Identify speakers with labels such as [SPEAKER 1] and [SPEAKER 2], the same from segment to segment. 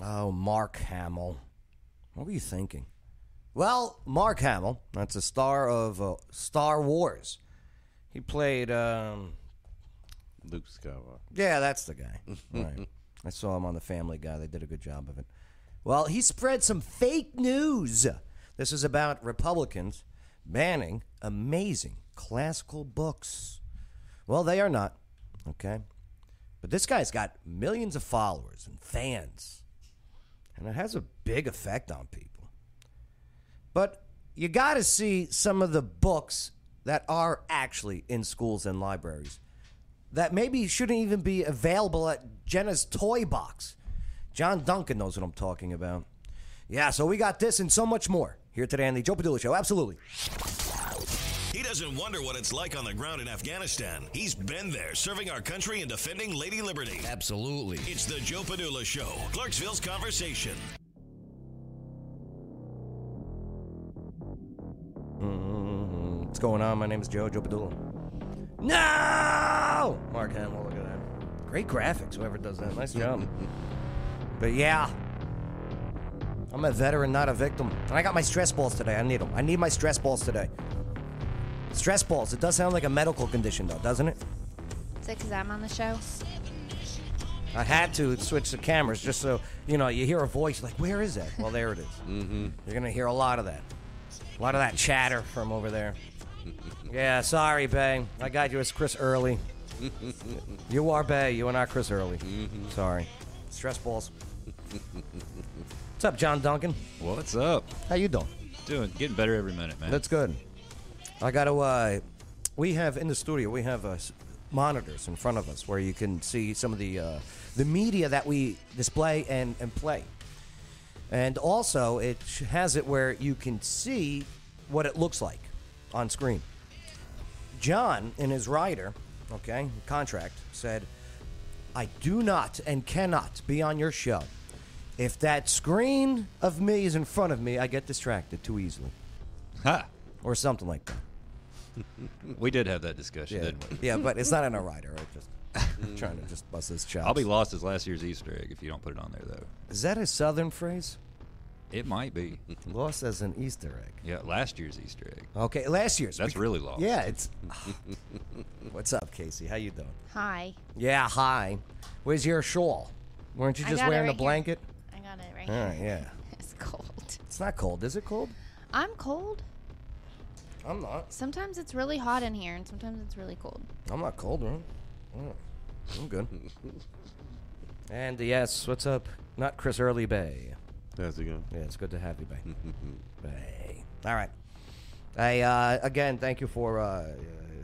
[SPEAKER 1] Oh, Mark Hamill. What were you thinking? Well, Mark Hamill, that's a star of uh, Star Wars. He played, um,
[SPEAKER 2] Luke Skywalker.
[SPEAKER 1] yeah, that's the guy. Right. I saw him on The Family Guy. They did a good job of it. Well, he spread some fake news. This is about Republicans banning amazing classical books. Well, they are not, okay? But this guy's got millions of followers and fans, and it has a big effect on people. But you got to see some of the books that are actually in schools and libraries that maybe shouldn't even be available at Jenna's toy box. John Duncan knows what I'm talking about. Yeah, so we got this and so much more here today on the Joe Padula Show. Absolutely.
[SPEAKER 3] He doesn't wonder what it's like on the ground in Afghanistan. He's been there serving our country and defending Lady Liberty.
[SPEAKER 4] Absolutely.
[SPEAKER 3] It's the Joe Padula Show, Clarksville's Conversation.
[SPEAKER 1] Mm-hmm. What's going on? My name is Joe Joe Padula. No, Mark Hamill. Look at that. Great graphics. Whoever does that, nice job. but yeah, I'm a veteran, not a victim. And I got my stress balls today. I need them. I need my stress balls today. Stress balls. It does sound like a medical condition, though, doesn't it?
[SPEAKER 5] Is it because I'm on the show?
[SPEAKER 1] I had to switch the cameras just so you know you hear a voice like, "Where is that?" Well, there it Mm-hmm. You're gonna hear a lot of that, a lot of that chatter from over there. yeah, sorry, Bay. I got you as Chris Early. you are Bay. You are not Chris Early. Sorry. Mm-hmm. Stress balls. What's up, John Duncan?
[SPEAKER 2] What's up?
[SPEAKER 1] How you doing?
[SPEAKER 4] Doing getting better every minute, man.
[SPEAKER 1] That's good. I got to. Uh, we have in the studio. We have uh, s- monitors in front of us where you can see some of the uh, the media that we display and and play. And also, it sh- has it where you can see what it looks like on screen. John, in his rider, okay, contract, said, I do not and cannot be on your show. If that screen of me is in front of me, I get distracted too easily
[SPEAKER 4] ha.
[SPEAKER 1] or something like that.
[SPEAKER 4] We did have that discussion,
[SPEAKER 1] Yeah,
[SPEAKER 4] didn't we?
[SPEAKER 1] yeah but it's not in a rider. Right? Just trying to just bust his chops.
[SPEAKER 4] I'll be lost as last year's Easter egg if you don't put it on there, though.
[SPEAKER 1] Is that a southern phrase?
[SPEAKER 4] It might be.
[SPEAKER 1] Lost as an Easter egg.
[SPEAKER 4] Yeah, last year's Easter egg.
[SPEAKER 1] Okay, last year's.
[SPEAKER 4] That's
[SPEAKER 1] Bec-
[SPEAKER 4] really lost.
[SPEAKER 1] Yeah, it's. What's up, Casey? How you doing?
[SPEAKER 5] Hi.
[SPEAKER 1] Yeah, hi. Where's your shawl? Weren't you
[SPEAKER 5] I
[SPEAKER 1] just
[SPEAKER 5] got it
[SPEAKER 1] wearing
[SPEAKER 5] right
[SPEAKER 1] a
[SPEAKER 5] here.
[SPEAKER 1] blanket?
[SPEAKER 5] I got it right
[SPEAKER 1] All
[SPEAKER 5] here.
[SPEAKER 1] right, yeah.
[SPEAKER 5] It's cold.
[SPEAKER 1] It's not cold. Is it cold?
[SPEAKER 5] I'm cold.
[SPEAKER 1] I'm not.
[SPEAKER 5] Sometimes it's really hot in here, and sometimes it's really cold.
[SPEAKER 1] I'm not cold, right? Yeah, I'm good. and yes, what's up? Not Chris Early Bay.
[SPEAKER 2] How's it going?
[SPEAKER 1] Yeah, it's good to have you, Bay. Bay. All right. I uh, again, thank you for uh, uh,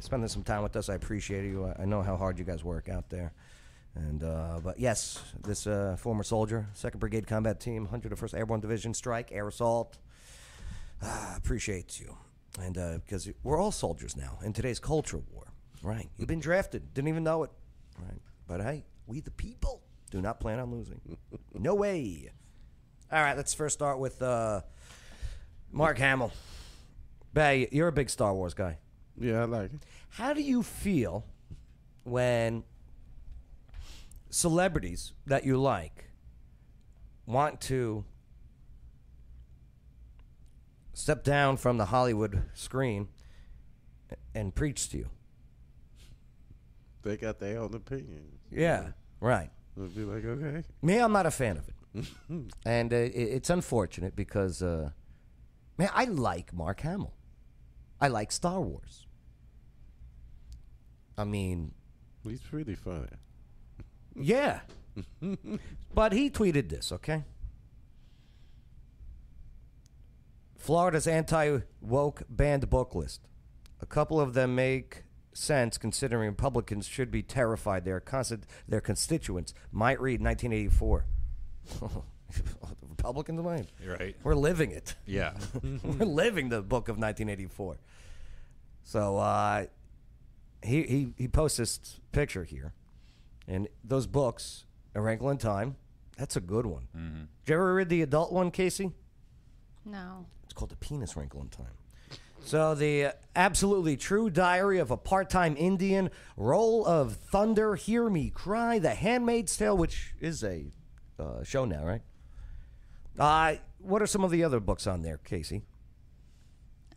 [SPEAKER 1] spending some time with us. I appreciate you. I, I know how hard you guys work out there. And uh, but yes, this uh, former soldier, Second Brigade Combat Team, 101st Airborne Division Strike Air Assault. Ah, appreciate you, and uh, because we're all soldiers now in today's culture war. Right? You've been drafted, didn't even know it. Right? But hey, we the people do not plan on losing. no way. All right, let's first start with uh, Mark Hamill. Bay, you're a big Star Wars guy.
[SPEAKER 2] Yeah, I like it.
[SPEAKER 1] How do you feel when celebrities that you like want to step down from the Hollywood screen and preach to you?
[SPEAKER 2] They got their own opinion.
[SPEAKER 1] Yeah. Right.
[SPEAKER 2] I'll be like, okay.
[SPEAKER 1] Me, I'm not a fan of it, and uh, i it's unfortunate because, uh, man, I like Mark Hamill. I like Star Wars. I mean,
[SPEAKER 2] He's pretty funny.
[SPEAKER 1] yeah, but he tweeted this. Okay, Florida's anti woke banned book list. A couple of them make sense considering Republicans should be terrified their constant their constituents might read 1984. the Republicans might.
[SPEAKER 4] You're right.
[SPEAKER 1] We're living it.
[SPEAKER 4] Yeah.
[SPEAKER 1] We're living the book of 1984. So uh, he, he he posts this picture here, and those books, A Wrinkle in Time, that's a good one. Did you ever read the adult one, Casey?
[SPEAKER 5] No.
[SPEAKER 1] It's called The Penis Wrinkle in Time. So, the uh, absolutely true diary of a part time Indian, Roll of Thunder, Hear Me Cry, The Handmaid's Tale, which is a uh, show now, right? Uh, what are some of the other books on there, Casey?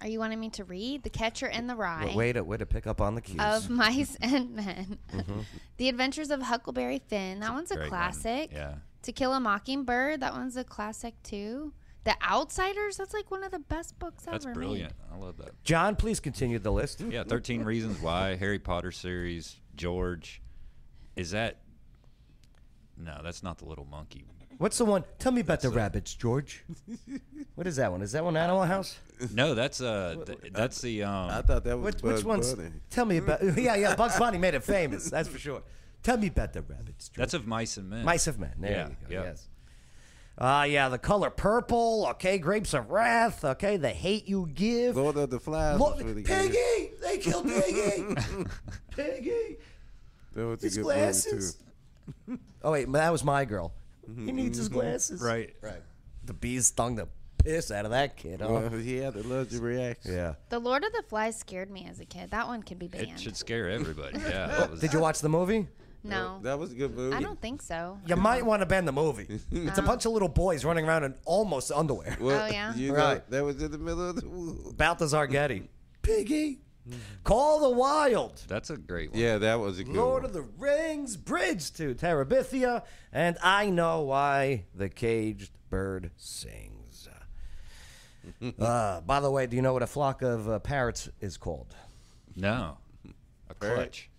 [SPEAKER 5] Are you wanting me to read The Catcher in the Rye?
[SPEAKER 1] Wait, way to way to pick up on the cues.
[SPEAKER 5] Of Mice and Men. the Adventures of Huckleberry Finn. That one's a
[SPEAKER 4] Mm-hmm. Great one.
[SPEAKER 5] classic.
[SPEAKER 4] Yeah.
[SPEAKER 5] To Kill a Mockingbird. That one's a classic too. The Outsiders. That's like one of the best books
[SPEAKER 4] That's
[SPEAKER 5] ever. made.
[SPEAKER 4] brilliant. I love that.
[SPEAKER 1] John, please continue the list.
[SPEAKER 4] Yeah, 13 Reasons Why, Harry Potter series, George. Is that. No, that's not the little monkey.
[SPEAKER 1] What's the one? Tell me about the rabbits, George. what is that one? Is that one Animal House?
[SPEAKER 4] No, that's uh, th- that's the
[SPEAKER 2] I
[SPEAKER 4] um,
[SPEAKER 2] thought that was
[SPEAKER 1] Which,
[SPEAKER 2] Bugs
[SPEAKER 1] which one's?
[SPEAKER 2] Bunny.
[SPEAKER 1] Tell me about. Yeah, yeah. Bugs Bunny made it famous. That's for sure. Tell me about the rabbits, George.
[SPEAKER 4] that's of mice and men.
[SPEAKER 1] Mice of Men. There
[SPEAKER 4] Yeah,
[SPEAKER 1] you go.
[SPEAKER 4] yeah.
[SPEAKER 1] Yes. Ah, yeah. The color purple. Okay. Grapes of Wrath. Okay. The hate you give.
[SPEAKER 2] Lord of the Flies.
[SPEAKER 1] Lo-
[SPEAKER 2] was really good.
[SPEAKER 1] Piggy! They killed Piggy! Piggy!
[SPEAKER 2] That was
[SPEAKER 1] His
[SPEAKER 2] a good movie, too.
[SPEAKER 1] glasses. Oh wait, that was my girl. He needs his glasses.
[SPEAKER 4] Right.
[SPEAKER 1] Right. The bees stung the piss out of that kid. Huh?
[SPEAKER 2] Well, he had the luxury action.
[SPEAKER 1] Oh. yeah.
[SPEAKER 5] The Lord of the Flies scared me as a kid. That one can be
[SPEAKER 4] It
[SPEAKER 5] banned.
[SPEAKER 4] should scare everybody. Yeah. That was,
[SPEAKER 1] Did you watch the movie?
[SPEAKER 5] no.
[SPEAKER 2] That was a good movie.
[SPEAKER 5] I don't think so.
[SPEAKER 1] You might want to ban the movie. It's a bunch of little boys running around in almost underwear.
[SPEAKER 2] Well,
[SPEAKER 5] Oh, yeah?
[SPEAKER 2] You know,
[SPEAKER 1] Right.
[SPEAKER 2] that was in the middle of the woods.
[SPEAKER 1] Balthazar Getty. Piggy. Call the Wild.
[SPEAKER 4] that's a great one.
[SPEAKER 2] Yeah, that was a good
[SPEAKER 1] Lord
[SPEAKER 2] one.
[SPEAKER 1] of the Rings, Bridge to Terabithia, and I know why the caged bird sings. uh, by the way, do you know what a flock of uh, parrots is called?
[SPEAKER 4] No. A clutch.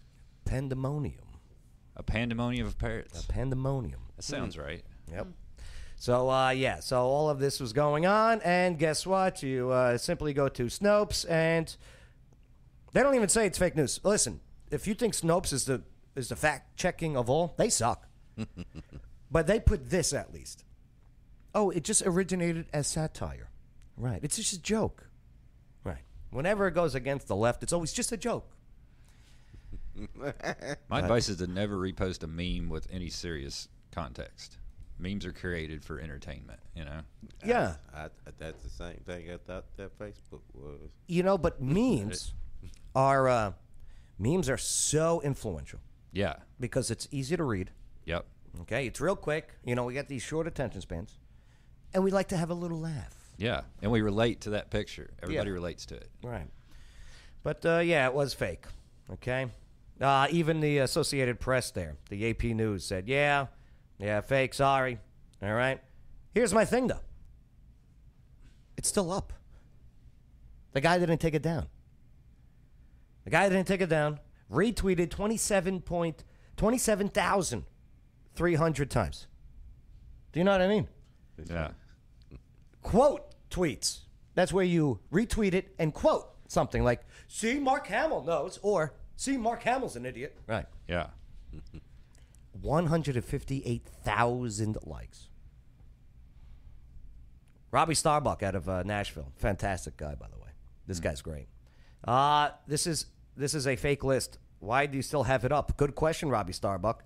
[SPEAKER 1] Pandemonium.
[SPEAKER 4] A pandemonium of parrots.
[SPEAKER 1] Pandemonium.
[SPEAKER 4] That sounds right.
[SPEAKER 1] Yep. So uh, yeah, so all of this was going on, and guess what? You uh, simply go to Snopes, and they don't even say it's fake news. Listen, if you think Snopes is the is the fact checking of all, they suck. but they put this at least. Oh, it just originated as satire, right? It's just a joke, right? Whenever it goes against the left, it's always just a joke.
[SPEAKER 4] My advice is to never repost a meme with any serious context. Memes are created for entertainment, you know?
[SPEAKER 1] Yeah,
[SPEAKER 2] I, I, that's the same thing I thought that Facebook was.
[SPEAKER 1] you know, but memes are uh, memes are so influential.
[SPEAKER 4] Yeah.
[SPEAKER 1] because it's easy to read.
[SPEAKER 4] Yep.
[SPEAKER 1] Okay, it's real quick. You know, we got these short attention spans, and we like to have a little laugh.
[SPEAKER 4] Yeah. And we relate to that picture. Everybody relates to it.
[SPEAKER 1] Right. But uh, yeah, it was fake. Okay. Uh, even the Associated Press there, the AP News said, yeah, yeah, fake, sorry. All right. Here's my thing, though it's still up. The guy didn't take it down. The guy didn't take it down. Retweeted 27 point, 27,300 times. Do you know what I mean?
[SPEAKER 4] Yeah.
[SPEAKER 1] quote tweets. That's where you retweet it and quote something like, see, Mark Hamill knows, or see, Mark Hamill's an idiot. Right.
[SPEAKER 4] Yeah.
[SPEAKER 1] 158,000 likes. Robbie Starbuck out of uh, Nashville. Fantastic guy, by the way. This guy's great. Uh, this is this is a fake list. Why do you still have it up? Good question, Robbie Starbuck.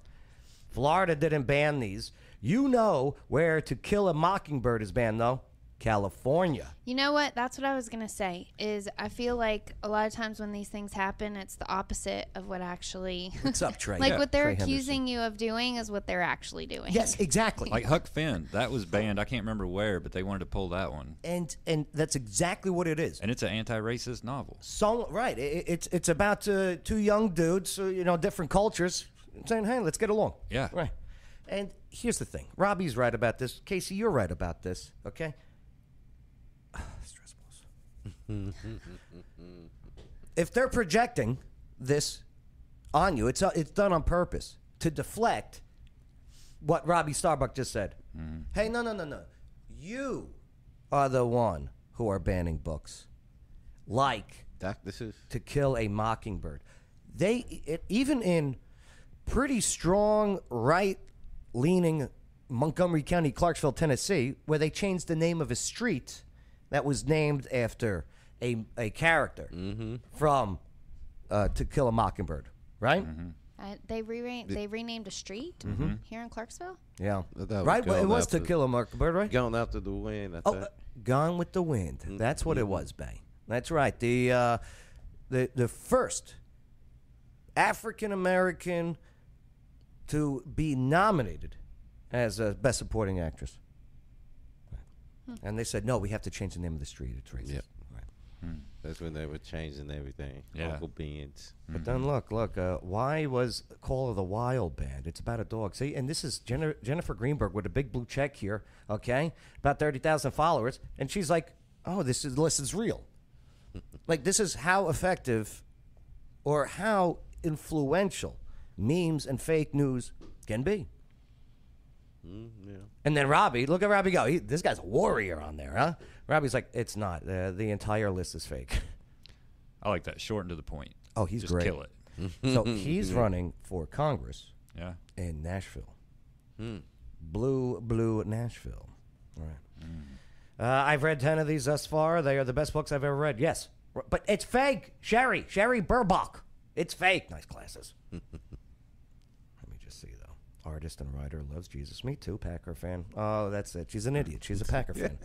[SPEAKER 1] Florida didn't ban these. You know where To Kill a Mockingbird is banned, though. California.
[SPEAKER 5] You know what? That's what I was gonna say. Is I feel like a lot of times when these things happen, it's the opposite of what actually.
[SPEAKER 1] What's up, Trey?
[SPEAKER 5] like
[SPEAKER 1] Yeah.
[SPEAKER 5] what they're
[SPEAKER 1] Trey
[SPEAKER 5] accusing you of doing is what they're actually doing.
[SPEAKER 1] Yes, exactly.
[SPEAKER 4] Like Huck Finn, that was banned. I can't remember where, but they wanted to pull that one.
[SPEAKER 1] and and that's exactly what it is.
[SPEAKER 4] And it's an anti racist novel.
[SPEAKER 1] So right, i- i it's it's about uh, two young dudes, uh, you know, different cultures, saying, "Hey, let's get along."
[SPEAKER 4] Yeah.
[SPEAKER 1] right. And here's the thing: Robbie's right about this. Casey, you're right about this. Okay. Stress balls. if they're projecting this on you, it's uh, it's done on purpose to deflect what Robbie Starbuck just said. Hey, no, no, no, no. You are the one who are banning books like
[SPEAKER 2] Dr. Seuss.
[SPEAKER 1] to kill a mockingbird. They it, even in pretty strong right leaning Montgomery County, Clarksville, Tennessee, where they changed the name of a street that was named after a a character from uh, To Kill a Mockingbird, right?
[SPEAKER 5] I, they re- they renamed a street
[SPEAKER 1] Mm-hmm.
[SPEAKER 2] Mm-hmm.
[SPEAKER 5] here in Clarksville.
[SPEAKER 1] Yeah,
[SPEAKER 2] I thought it was
[SPEAKER 1] right. Well, it
[SPEAKER 2] going
[SPEAKER 1] was To
[SPEAKER 2] after-
[SPEAKER 1] Kill a Mockingbird, right?
[SPEAKER 2] Going after the wind, I
[SPEAKER 1] Oh,
[SPEAKER 2] think.
[SPEAKER 1] uh, Gone with the Wind. That's what it was, Bay. That's right. The uh, the the first African American to be nominated as a Best Supporting Actress. And they said, no, we have to change the name of the street. It's racist.
[SPEAKER 2] Yep.
[SPEAKER 1] Right.
[SPEAKER 2] That's when they were changing everything.
[SPEAKER 4] Yeah.
[SPEAKER 2] Uncle Ben's.
[SPEAKER 1] But then look, look. Uh, why was Call of the Wild banned? It's about a dog. See, and this is Jenner, Jennifer Greenberg with a big blue check here. Okay, about thirty thousand followers, and she's like, "Oh, this is list is real." like this is how effective, or how influential, memes and fake news can be. And then Robbie, look at Robbie go. He, this guy's a warrior on there, huh? Robbie's like, "It's not. Uh, the entire list is fake."
[SPEAKER 4] I like that. Short and to the point.
[SPEAKER 1] Oh, he's
[SPEAKER 4] Just
[SPEAKER 1] great.
[SPEAKER 4] kill it.
[SPEAKER 1] so he's running for Congress.
[SPEAKER 4] Yeah.
[SPEAKER 1] in Nashville. Blue, blue Nashville. All right. Uh, I've read 10 of these thus far. They are the best books I've ever read. Yes. R- But it's fake. Sherry, Sherry Burbach. It's fake. Nice classes. Let me just see, though. Artist and writer loves Jesus. Me too, Packer fan. Oh, that's it. She's an idiot. She's a Packer fan.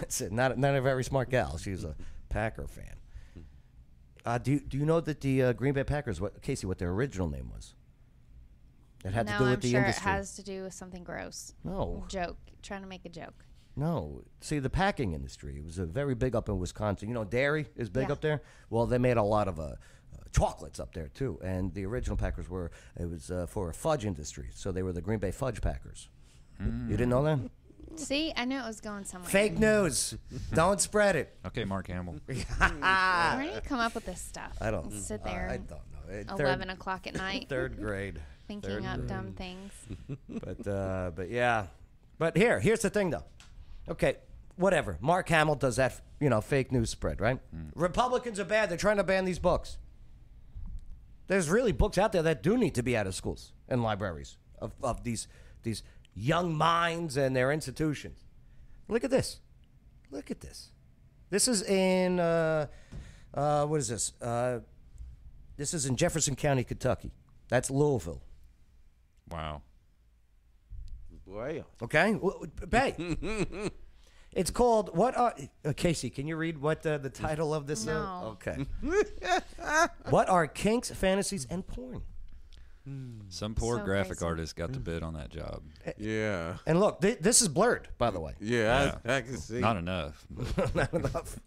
[SPEAKER 1] that's it. Not, not a very smart gal. She's a Packer fan. Uh, do, you, do you know that the uh, Green Bay Packers, what, Casey, what their original name was? It had
[SPEAKER 5] no,
[SPEAKER 1] to do with
[SPEAKER 5] I'm
[SPEAKER 1] the
[SPEAKER 5] sure
[SPEAKER 1] industry.
[SPEAKER 5] it has to do with something gross.
[SPEAKER 1] No.
[SPEAKER 5] Joke. Trying to make a joke.
[SPEAKER 1] No. See, the packing industry it was uh, very big up in Wisconsin. You know, dairy is big
[SPEAKER 5] Yeah.
[SPEAKER 1] up there. Well, they made a lot of uh, uh, chocolates up there too, and the original Packers were it was uh, for a fudge industry, so they were the Green Bay Fudge Packers. You didn't know
[SPEAKER 5] Mm.
[SPEAKER 1] that?
[SPEAKER 5] See, I knew it was going somewhere.
[SPEAKER 1] Fake news. Don't spread it.
[SPEAKER 4] Okay, Mark Hamill.
[SPEAKER 5] Where do you come up with this stuff?
[SPEAKER 1] I don't
[SPEAKER 5] Mm. sit there.
[SPEAKER 1] I
[SPEAKER 5] and
[SPEAKER 1] don't know. Uh, third-
[SPEAKER 5] Eleven o'clock at night,
[SPEAKER 1] Third grade.
[SPEAKER 5] thinking up dumb things.
[SPEAKER 1] but uh, but yeah, but here here's the thing though. Okay, whatever. Mark Hamill does that, you know, fake news spread, right? Republicans are bad. They're trying to ban these books. There's really books out there that do need to be out of schools and libraries of, of these these young minds and their institutions. Look at this. Look at this. This is in uh, uh, what is this? Uh, this is in Jefferson County, Kentucky. That's Louisville.
[SPEAKER 4] Wow.
[SPEAKER 2] Wow.
[SPEAKER 1] Okay, well, Bay. it's called what? Are, uh, Casey, can you read what uh, the title of this?
[SPEAKER 5] No.
[SPEAKER 1] Uh, okay. what are kinks, fantasies, and porn?
[SPEAKER 4] Some poor
[SPEAKER 5] So
[SPEAKER 4] graphic
[SPEAKER 5] crazy.
[SPEAKER 4] artist got
[SPEAKER 2] Mm.
[SPEAKER 4] to bid on that job.
[SPEAKER 2] Yeah.
[SPEAKER 1] And look, th- this is blurred, by the way.
[SPEAKER 2] Yeah, I, I can see.
[SPEAKER 4] Not enough. but-
[SPEAKER 1] Not enough.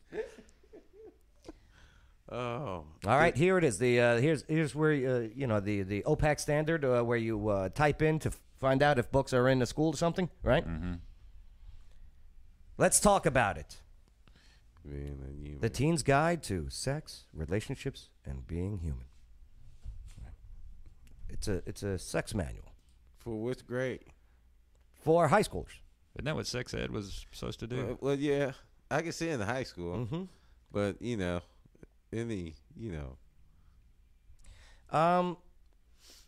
[SPEAKER 2] oh,
[SPEAKER 1] All right, here it is. The uh, here's here's where uh, you know the the OPAC standard uh, where you uh, type in to find out if books are in the school or something, right? Mm-hmm. Let's talk about it.
[SPEAKER 2] being a human.
[SPEAKER 1] The Teen's Guide to Sex, Relationships, and Being Human. It's a it's a sex manual
[SPEAKER 2] For what's great?
[SPEAKER 1] for high schoolers.
[SPEAKER 4] Isn't that what sex ed was supposed to
[SPEAKER 2] Uh,
[SPEAKER 4] do?
[SPEAKER 2] Well, yeah, I can see in the high school, but you know, any you know,
[SPEAKER 1] Um,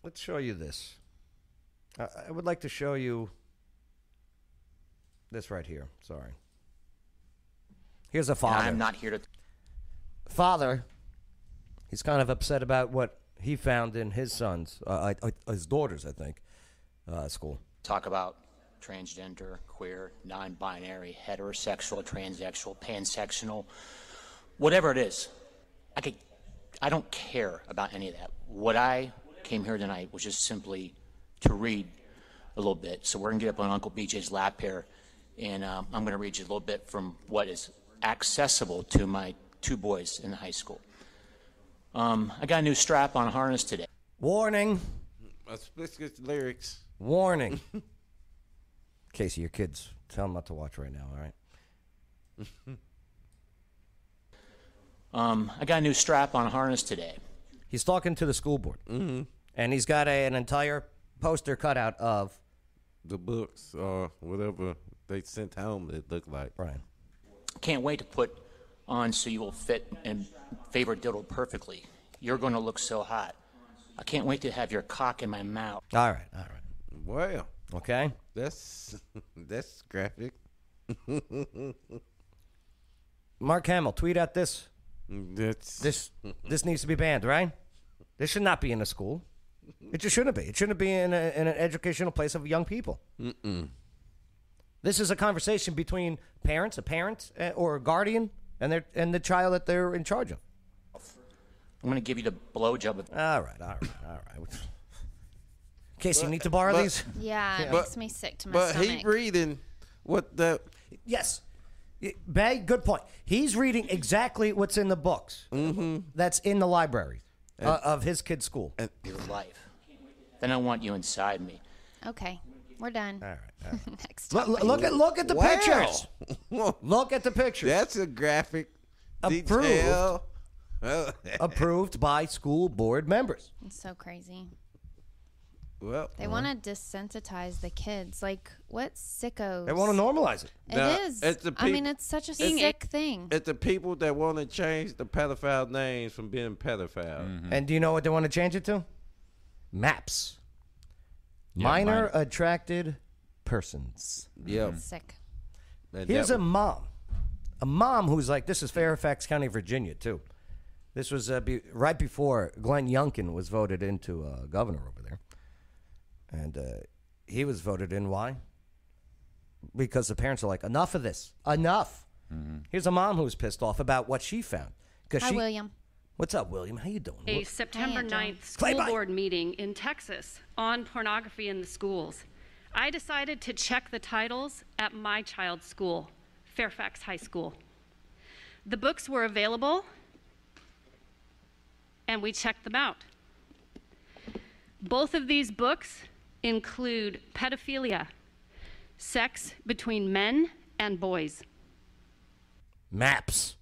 [SPEAKER 1] let's show you this. I, I would like to show you this right here. Sorry. Here's a father.
[SPEAKER 6] I'm not here to.
[SPEAKER 1] father, he's kind of upset about what he found in his son's, uh, uh, uh, his daughter's, I think, uh, school.
[SPEAKER 6] talk about transgender, queer, non binary, heterosexual, transsexual, pansexual, whatever it is. I, could, I don't care about any of that. What I came here tonight was just simply to read a little bit. So we're going to get up on Uncle BJ's lap here, and um, I'm going to read you a little bit from what is accessible to my two boys in high school. Um, I got a new strap on harness today.
[SPEAKER 1] Warning.
[SPEAKER 2] uh, explicit lyrics.
[SPEAKER 1] Warning. Casey, your kids, tell them not to watch right now, all right?
[SPEAKER 6] Um, I got a new strap on harness today.
[SPEAKER 1] He's talking to the school board. Mm-hmm. And he's got a, an entire poster cutout of
[SPEAKER 2] The books or whatever they sent home that looked like.
[SPEAKER 1] Brian.
[SPEAKER 6] Can't wait to put on so you will fit and favor diddle perfectly. You're going to look so hot. I can't wait to have your cock in my mouth.
[SPEAKER 1] All right, all right.
[SPEAKER 2] Wow,
[SPEAKER 1] Okay?
[SPEAKER 2] that's that's graphic.
[SPEAKER 1] Mark Hamill, tweet out this.
[SPEAKER 2] That's
[SPEAKER 1] This this needs to be banned, right? This should not be in a school. It just shouldn't be. It shouldn't be in, a, in an educational place of young people. Mm-mm. This is a conversation between parents, a parent eh, or a guardian, and their and the child that they're in charge of.
[SPEAKER 6] I'm going to give you the blowjob of
[SPEAKER 1] All right, all right, all right. Casey, you need to borrow these?
[SPEAKER 5] Yeah, it
[SPEAKER 2] But-
[SPEAKER 5] makes me sick to my
[SPEAKER 2] but
[SPEAKER 5] stomach.
[SPEAKER 2] he reading what the
[SPEAKER 1] Yes. Y- Bay, good point. He's reading exactly what's in the books that's in the library uh, of his kid's school.
[SPEAKER 6] your life. Then I want you inside me.
[SPEAKER 5] Okay, we're done.
[SPEAKER 1] all right. all right.
[SPEAKER 5] Next
[SPEAKER 1] Look,
[SPEAKER 5] topic.
[SPEAKER 1] look- look at look at the pictures.
[SPEAKER 2] Wow.
[SPEAKER 1] Look at the pictures.
[SPEAKER 2] That's a graphic
[SPEAKER 1] Approved.
[SPEAKER 2] detail. Well,
[SPEAKER 1] Approved by school board members.
[SPEAKER 5] It's so crazy.
[SPEAKER 2] well,
[SPEAKER 1] uh-huh.
[SPEAKER 5] They want to desensitize the kids. Like, what sickos?
[SPEAKER 1] They want to normalize it.
[SPEAKER 5] It
[SPEAKER 2] No,
[SPEAKER 5] is.
[SPEAKER 2] it's the
[SPEAKER 5] I mean,
[SPEAKER 2] peop-
[SPEAKER 5] it's such a
[SPEAKER 2] it's-
[SPEAKER 5] sick thing.
[SPEAKER 2] it's the people that want to change the pedophile names from being pedophile.
[SPEAKER 4] Mm-hmm.
[SPEAKER 1] And do you know what they want to change it to? Maps. Minor
[SPEAKER 2] uh,
[SPEAKER 4] minor.
[SPEAKER 1] attracted persons.
[SPEAKER 2] Yep.
[SPEAKER 5] sick.
[SPEAKER 4] Mm-hmm.
[SPEAKER 2] And
[SPEAKER 1] Here's
[SPEAKER 2] that
[SPEAKER 1] a mom, a mom who's like, this is Fairfax County, Virginia, too. This was uh, be- right before Glenn Youngkin was voted into uh, governor over there, and uh, he was voted in. Why? Because the parents are like, enough of this, enough. Here's a mom who's pissed off about what she found. Cause
[SPEAKER 5] Hi,
[SPEAKER 1] she,
[SPEAKER 5] William.
[SPEAKER 1] What's up, William? How you doing?
[SPEAKER 7] a
[SPEAKER 1] Wh-
[SPEAKER 7] September
[SPEAKER 5] Hi, Angela.
[SPEAKER 7] 9th school
[SPEAKER 1] Play-by.
[SPEAKER 7] board meeting in Texas on pornography in the schools. I decided to check the titles at my child's school, Fairfax High School. The books were available, and we checked them out. Both of these books include pedophilia, sex between men and boys.
[SPEAKER 1] Maps.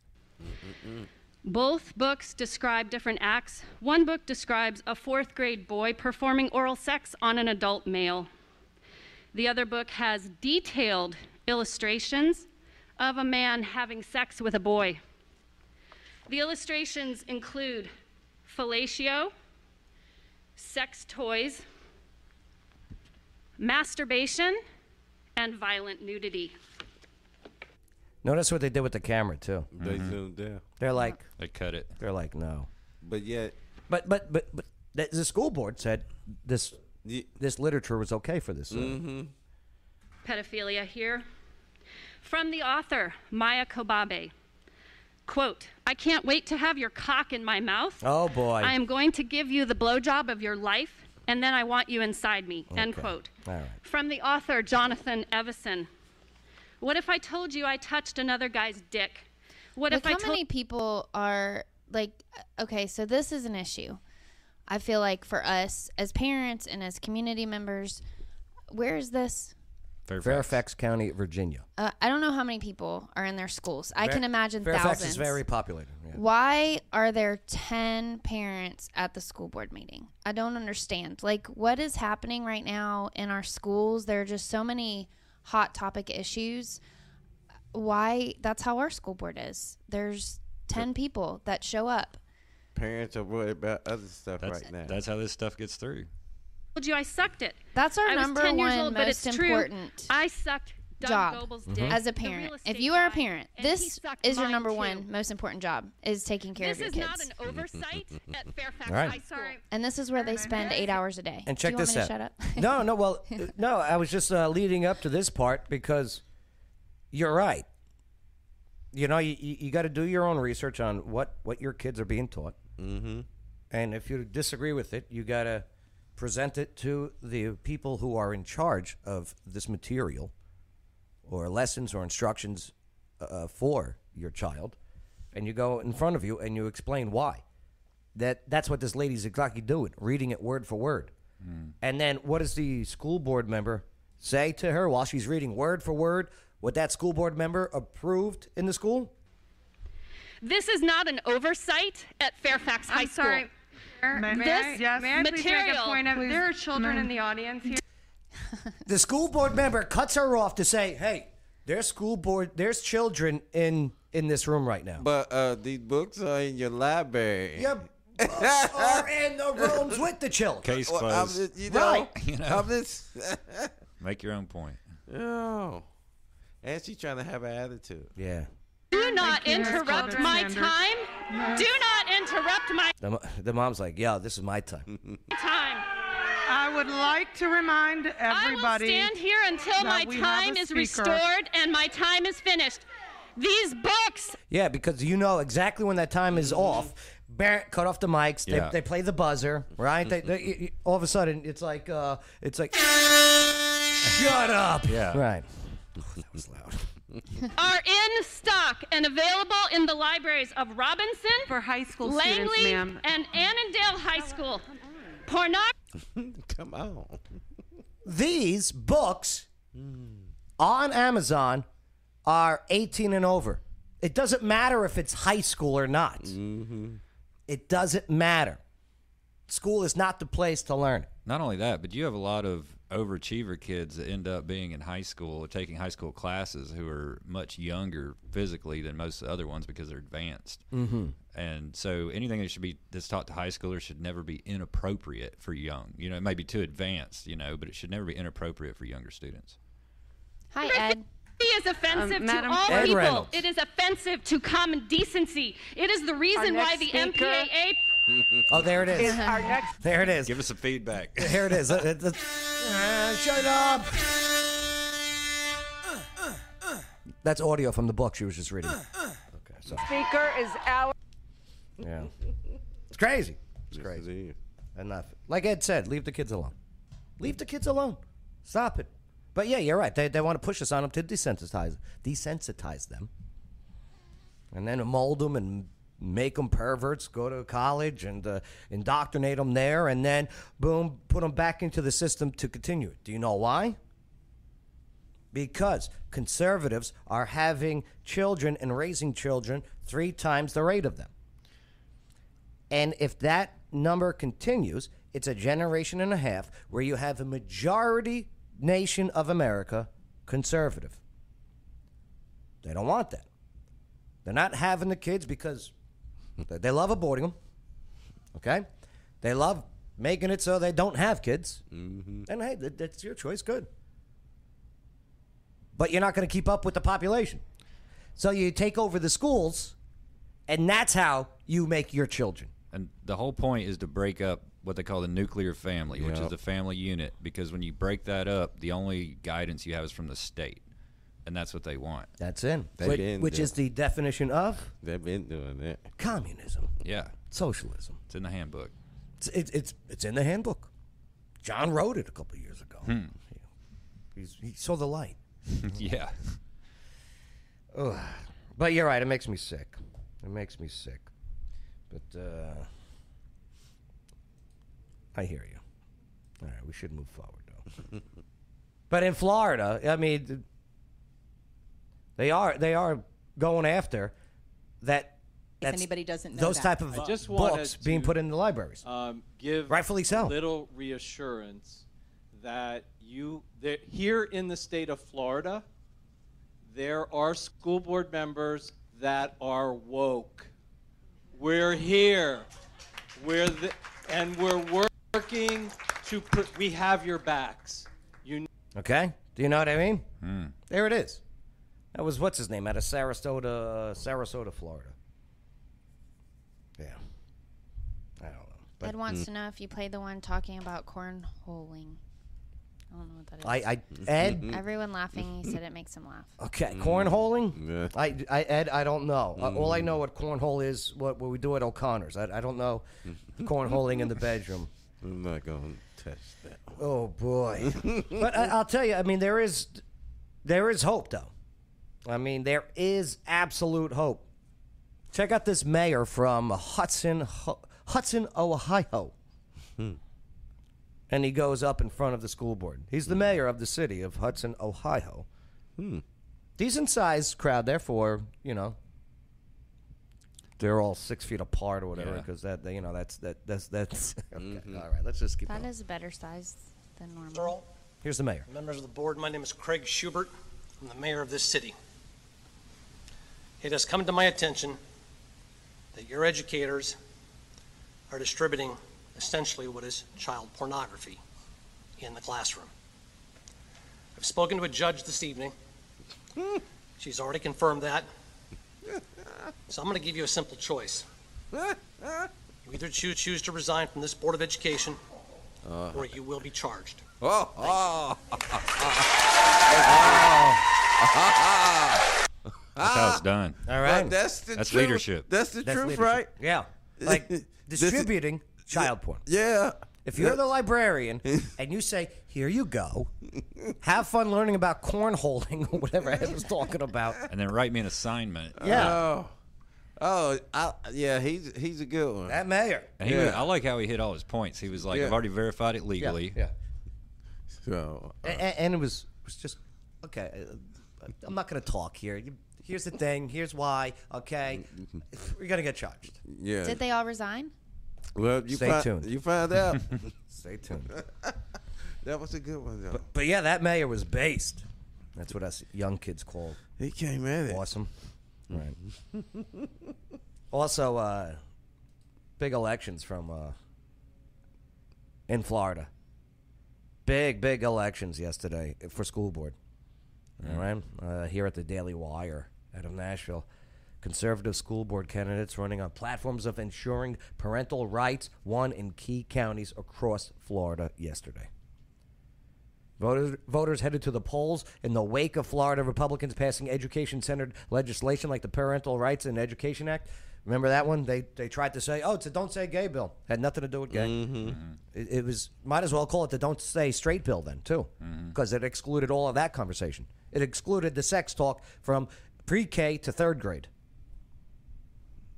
[SPEAKER 7] Both books describe different acts. One book describes a fourth grade boy performing oral sex on an adult male. The other book has detailed illustrations of a man having sex with a boy. The illustrations include fellatio, sex toys, masturbation, and violent nudity.
[SPEAKER 1] Notice what they did with the camera too.
[SPEAKER 2] They
[SPEAKER 4] Mm-hmm.
[SPEAKER 2] zoomed down.
[SPEAKER 1] They're like,
[SPEAKER 4] They cut it.
[SPEAKER 1] they're like, no.
[SPEAKER 2] But yet,
[SPEAKER 1] But but but but the, the school board said this
[SPEAKER 2] y-
[SPEAKER 1] this literature was okay for this. uh,
[SPEAKER 7] pedophilia here. From the author, Maya Kobabe. Quote, I can't wait to have your cock in my mouth.
[SPEAKER 1] Oh, boy.
[SPEAKER 7] I am going to give you the blowjob of your life, and then I want you inside me. End
[SPEAKER 1] Okay.
[SPEAKER 7] quote.
[SPEAKER 1] All right.
[SPEAKER 7] From the author, Jonathan Evison. What if I told you I touched another guy's dick? What
[SPEAKER 5] Like,
[SPEAKER 7] if I
[SPEAKER 5] how
[SPEAKER 7] told
[SPEAKER 5] many people are like, okay, so this is an issue. I feel like for us as parents and as community members, where is this?
[SPEAKER 4] Fairfax.
[SPEAKER 1] Fairfax County, Virginia.
[SPEAKER 5] Uh, I don't know how many people are in their schools. I can imagine
[SPEAKER 1] Fairfax
[SPEAKER 5] thousands.
[SPEAKER 1] is very populated. yeah.
[SPEAKER 5] Why are there 10 parents at the school board meeting? I don't understand. Like, what is happening right now in our schools? There are just so many hot topic issues. Why? That's how our school board is. There's 10 people that show up.
[SPEAKER 2] parents are worried about other stuff
[SPEAKER 4] That's,
[SPEAKER 2] right now. Uh,
[SPEAKER 4] that's how this stuff gets through.
[SPEAKER 7] you I sucked it?
[SPEAKER 5] That's our
[SPEAKER 7] I was
[SPEAKER 5] number
[SPEAKER 7] 10 years
[SPEAKER 5] one
[SPEAKER 7] old, but
[SPEAKER 5] most
[SPEAKER 7] it's true.
[SPEAKER 5] important
[SPEAKER 7] I sucked Doug
[SPEAKER 5] job
[SPEAKER 7] Goebel's
[SPEAKER 1] Mm-hmm.
[SPEAKER 7] dick,
[SPEAKER 5] as a
[SPEAKER 7] the real
[SPEAKER 5] parent. If
[SPEAKER 7] estate
[SPEAKER 5] you are a
[SPEAKER 7] guy,
[SPEAKER 5] parent,
[SPEAKER 7] and he
[SPEAKER 5] this
[SPEAKER 7] sucked
[SPEAKER 5] is your
[SPEAKER 7] mine
[SPEAKER 5] number
[SPEAKER 7] too.
[SPEAKER 5] one most important job is taking care
[SPEAKER 7] This
[SPEAKER 5] of
[SPEAKER 7] is
[SPEAKER 5] your
[SPEAKER 7] not
[SPEAKER 5] kids.
[SPEAKER 7] an oversight at Fairfax
[SPEAKER 1] All right.
[SPEAKER 7] High School.
[SPEAKER 5] and this is where they spend eight hours a day.
[SPEAKER 1] And
[SPEAKER 5] Do
[SPEAKER 1] check
[SPEAKER 5] you want
[SPEAKER 1] this
[SPEAKER 5] me
[SPEAKER 1] out.
[SPEAKER 5] to Shut up.
[SPEAKER 1] no, no. Well, uh, no. I was just uh, leading up to this part because you're right. You know, you, you got to do your own research on what what your kids are being taught, mm-hmm. and if you disagree with it, you got to present it to the people who are in charge of this material, or lessons or instructions uh, for your child, and you go in front of you and you explain why. That that's what this lady's exactly doing, reading it word for word. And then what does the school board member say to her while she's reading word for word what that school board member approved in the school?
[SPEAKER 7] This is not an oversight at Fairfax High
[SPEAKER 8] I'm sorry.
[SPEAKER 7] School.
[SPEAKER 8] May, may I,
[SPEAKER 7] This
[SPEAKER 8] yes. may I please make
[SPEAKER 7] material-
[SPEAKER 8] a point of there are children in the audience here.
[SPEAKER 1] The school board member cuts her off to say, "Hey, there's school board, there's children in in this room right now.
[SPEAKER 2] but uh, these books are in your library.
[SPEAKER 1] Your books are in the rooms with the children."
[SPEAKER 4] Case
[SPEAKER 2] Well, I'm
[SPEAKER 4] closed.
[SPEAKER 2] just, you know,
[SPEAKER 1] Right.
[SPEAKER 4] You know.
[SPEAKER 2] I'm just,
[SPEAKER 4] Make your own point.
[SPEAKER 2] oh. And she's trying to have an attitude.
[SPEAKER 1] Yeah.
[SPEAKER 7] Do not
[SPEAKER 8] you.
[SPEAKER 7] interrupt
[SPEAKER 8] Children
[SPEAKER 7] my
[SPEAKER 8] standards.
[SPEAKER 7] time. Do not interrupt my
[SPEAKER 1] The, mo- the mom's like, "Yeah, this is my time."
[SPEAKER 7] time.
[SPEAKER 8] I would like to remind everybody.
[SPEAKER 7] I will stand here until
[SPEAKER 8] that
[SPEAKER 7] my
[SPEAKER 8] we have a
[SPEAKER 7] time is
[SPEAKER 8] speaker.
[SPEAKER 7] restored and my time is finished. These books
[SPEAKER 1] yeah, because you know exactly when that time is off. Barrett cut off the mics. They,
[SPEAKER 4] Yeah.
[SPEAKER 1] they play the buzzer, right? They, they, y- y- all of a sudden, it's like, uh, it's like, shut up.
[SPEAKER 4] Yeah.
[SPEAKER 1] Right. Oh, that was loud.
[SPEAKER 7] are in stock and available in the libraries of Robinson,
[SPEAKER 8] For high school students,
[SPEAKER 7] Langley,
[SPEAKER 8] ma'am.
[SPEAKER 7] and Annandale High School. Pornography.
[SPEAKER 2] Come on.
[SPEAKER 1] These books on Amazon are 18 and over. It doesn't matter if it's high school or not.
[SPEAKER 4] Mm-hmm.
[SPEAKER 1] It doesn't matter. School is not the place to learn.
[SPEAKER 4] Not only that, but you have a lot of overachiever kids that end up being in high school or taking high school classes who are much younger physically than most of the other ones because they're advanced. Mm-hmm. And so anything that should be that's taught to high schoolers should never be inappropriate for young. You know, it may be too advanced, you know, but it should never be inappropriate for younger students.
[SPEAKER 5] Hi, Ed.
[SPEAKER 7] is offensive
[SPEAKER 8] Um,
[SPEAKER 7] to
[SPEAKER 8] Madam
[SPEAKER 7] all
[SPEAKER 8] Ed
[SPEAKER 7] people.
[SPEAKER 1] Reynolds.
[SPEAKER 7] It is offensive to common decency. It is the reason why
[SPEAKER 8] next
[SPEAKER 7] the
[SPEAKER 8] speaker-
[SPEAKER 7] MPAA
[SPEAKER 1] Oh, there it is.
[SPEAKER 9] Uh-huh.
[SPEAKER 8] Our next
[SPEAKER 1] There it is.
[SPEAKER 4] Give us some feedback.
[SPEAKER 1] Here it is. Let- let- let- Ah, shut up. That's audio from the book she was just reading. Okay, so
[SPEAKER 8] speaker is our.
[SPEAKER 1] yeah, it's crazy. It's crazy. enough. Like Ed said, leave the kids alone. Leave the kids alone. Stop it. But yeah, you're right. They, they want to push us on them to desensitize desensitize them, and then mold them and make them perverts. Go to college and uh, indoctrinate them there, and then boom, put them back into the system to continue it. Do you know why? Because conservatives are having children and raising children three times the rate of them. And if that number continues, it's a generation and a half where you have a majority nation of America conservative. They don't want that. They're not having the kids because they they love aborting them. Okay? They love making it so they don't have kids. Mm-hmm. And hey, that, that's your choice. Good. But you're not going to keep up with the population. So you take over the schools, and that's how you make your children.
[SPEAKER 4] And the whole point is to break up what they call the nuclear family, which is
[SPEAKER 2] Yep.
[SPEAKER 4] the family unit, because when you break that up, the only guidance you have is from the state. And that's what they want.
[SPEAKER 1] That's in.
[SPEAKER 2] They've
[SPEAKER 1] Which,
[SPEAKER 2] been
[SPEAKER 1] which
[SPEAKER 2] doing-
[SPEAKER 1] is the definition of
[SPEAKER 2] They've been doing that.
[SPEAKER 1] communism,
[SPEAKER 4] Yeah.
[SPEAKER 1] socialism.
[SPEAKER 4] It's in the handbook.
[SPEAKER 1] It's, it's it's, it's in the handbook. John wrote it a couple years ago. He's, he saw the light. Mm-hmm.
[SPEAKER 4] yeah.
[SPEAKER 1] But you're right. It makes me sick. It makes me sick. But uh, I hear you. All right, we should move forward though. but in Florida, I mean, th- they are they are going after that. that's-
[SPEAKER 9] anybody doesn't know
[SPEAKER 1] those
[SPEAKER 9] that.
[SPEAKER 1] type of
[SPEAKER 10] I just wanted
[SPEAKER 1] books being
[SPEAKER 10] to-
[SPEAKER 1] put in the libraries.
[SPEAKER 10] um, give
[SPEAKER 1] Rightfully so.
[SPEAKER 10] a little reassurance that you that here in the state of Florida, there are school board members that are woke. We're here. We're the, and we're working to pr- we have your backs. You
[SPEAKER 1] Okay? Do you know what I mean? There it is. That was what's his name out of Sarasota, Sarasota, Florida. Yeah. I don't know. But
[SPEAKER 5] Ed wants to know if you played the one talking about cornholing. I don't know what that is.
[SPEAKER 1] I, I Ed,
[SPEAKER 5] Everyone laughing. He said it makes him laugh.
[SPEAKER 1] okay, cornholing.
[SPEAKER 2] Yeah.
[SPEAKER 1] I, I, Ed, I don't know. Uh, all I know what cornhole is, what, what we do at O'Connor's. I, I don't know the cornholing in the bedroom.
[SPEAKER 2] I'm not going to touch that.
[SPEAKER 1] Oh boy! but I, I'll tell you, I mean, there is, there is hope though. I mean, there is absolute hope. Check out this mayor from Hudson, Ho- Hudson, Ohio. and he goes up in front of the school board. He's the mayor of the city of Hudson, Ohio. Decent sized crowd there for you know. They're all six feet apart or whatever
[SPEAKER 4] Yeah.
[SPEAKER 1] because that you know that's that that's that's okay. all right. Let's just keep.
[SPEAKER 5] That
[SPEAKER 1] going.
[SPEAKER 5] is a better size than normal.
[SPEAKER 11] Earl,
[SPEAKER 1] Here's the mayor.
[SPEAKER 11] members of the board, my name is Craig Schubert. I'm the mayor of this city. It has come to my attention that your educators are distributing essentially what is child pornography in the classroom. I've spoken to a judge this evening. She's already confirmed that. So I'm going to give you a simple choice. You either choo- choose to resign from this Board of Education, or you will be charged.
[SPEAKER 2] Oh, oh.
[SPEAKER 4] That's
[SPEAKER 1] Ah!
[SPEAKER 4] how it's done.
[SPEAKER 1] All
[SPEAKER 2] But that's the
[SPEAKER 4] That's
[SPEAKER 2] truth.
[SPEAKER 4] leadership.
[SPEAKER 2] That's the
[SPEAKER 1] That's
[SPEAKER 2] truth,
[SPEAKER 1] leadership.
[SPEAKER 2] right?
[SPEAKER 1] Yeah. Like
[SPEAKER 2] This is-
[SPEAKER 1] distributing child porn.
[SPEAKER 2] Yeah.
[SPEAKER 1] If you're the librarian and you say, "Here you go, have fun learning about cornholing or whatever I was talking about,"
[SPEAKER 4] and then write me an assignment.
[SPEAKER 1] yeah,
[SPEAKER 2] Oh, oh, I, yeah. He's he's a good one.
[SPEAKER 1] that mayor.
[SPEAKER 4] And he
[SPEAKER 2] Yeah.
[SPEAKER 4] was- I like how he hit all his points. He was like,
[SPEAKER 2] Yeah.
[SPEAKER 4] I've already verified it legally.
[SPEAKER 1] Yeah,
[SPEAKER 2] So
[SPEAKER 1] A- a- and, it was was just okay. uh, I'm not going to talk here. You, here's the thing. Here's why. Okay, we're going to get charged.
[SPEAKER 2] yeah.
[SPEAKER 5] Did they all resign?
[SPEAKER 2] well, you
[SPEAKER 1] Stay
[SPEAKER 2] find,
[SPEAKER 1] tuned.
[SPEAKER 2] You find out.
[SPEAKER 1] Stay tuned.
[SPEAKER 2] that was a good one though.
[SPEAKER 1] But yeah, that mayor was based. That's what us young kids call
[SPEAKER 2] he came at it.
[SPEAKER 1] awesome. Right. Mm. also, uh, big elections from uh, in Florida. Big, big elections yesterday for school board. All right. Uh, here at the Daily Wire out of Nashville. Conservative school board candidates running on platforms of ensuring parental rights won in key counties across Florida yesterday. Voters, voters headed to the polls in the wake of Florida Republicans passing education centered legislation like the Parental Rights and Education Act. Remember that one? They, they tried to say, oh, it's a don't say gay bill. Had nothing to do with gay. Mm-hmm. It, it was, might as well call it the don't say straight bill then, too, because it excluded all of that conversation. It excluded the sex talk from pre K to third grade.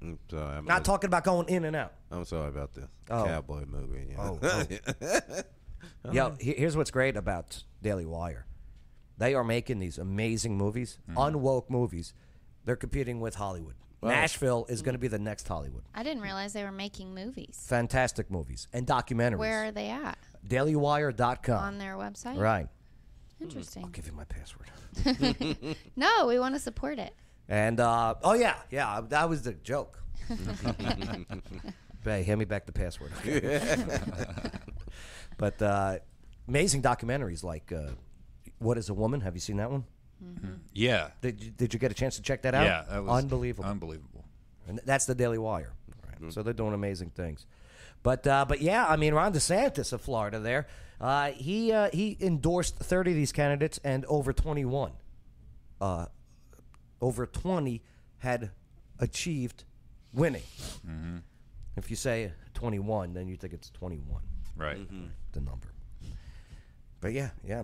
[SPEAKER 2] I'm sorry. I'm,
[SPEAKER 1] Not talking about going in and out.
[SPEAKER 2] I'm sorry about the
[SPEAKER 1] Oh.
[SPEAKER 2] cowboy movie. you know.
[SPEAKER 1] Yo, he- here's what's great about Daily Wire. They are making these amazing movies, unwoke movies. They're competing with Hollywood. Nashville is going to be the next Hollywood.
[SPEAKER 5] I didn't realize they were making movies.
[SPEAKER 1] Fantastic movies and documentaries.
[SPEAKER 5] Where are they at? On
[SPEAKER 1] DailyWire.com.
[SPEAKER 5] their website?
[SPEAKER 1] Right.
[SPEAKER 5] Interesting.
[SPEAKER 1] Give you my password.
[SPEAKER 5] No, we want to support it.
[SPEAKER 1] And uh, oh yeah, yeah, that was the joke. hey, hand me back the password. okay? but uh, amazing documentaries like uh, "What Is a Woman?" Have you seen that one?
[SPEAKER 4] Yeah.
[SPEAKER 1] Did you, did you get a chance to check that out?
[SPEAKER 4] Yeah. That was
[SPEAKER 1] unbelievable.
[SPEAKER 4] Unbelievable.
[SPEAKER 1] and that's the Daily Wire. So they're doing amazing things. But uh, but yeah, I mean Ron DeSantis of Florida, there, uh, he uh, he endorsed thirty of these candidates and over twenty one, uh, over twenty had achieved winning. If you say twenty one, then you think it's twenty one
[SPEAKER 4] Right.
[SPEAKER 1] the number. But yeah, yeah.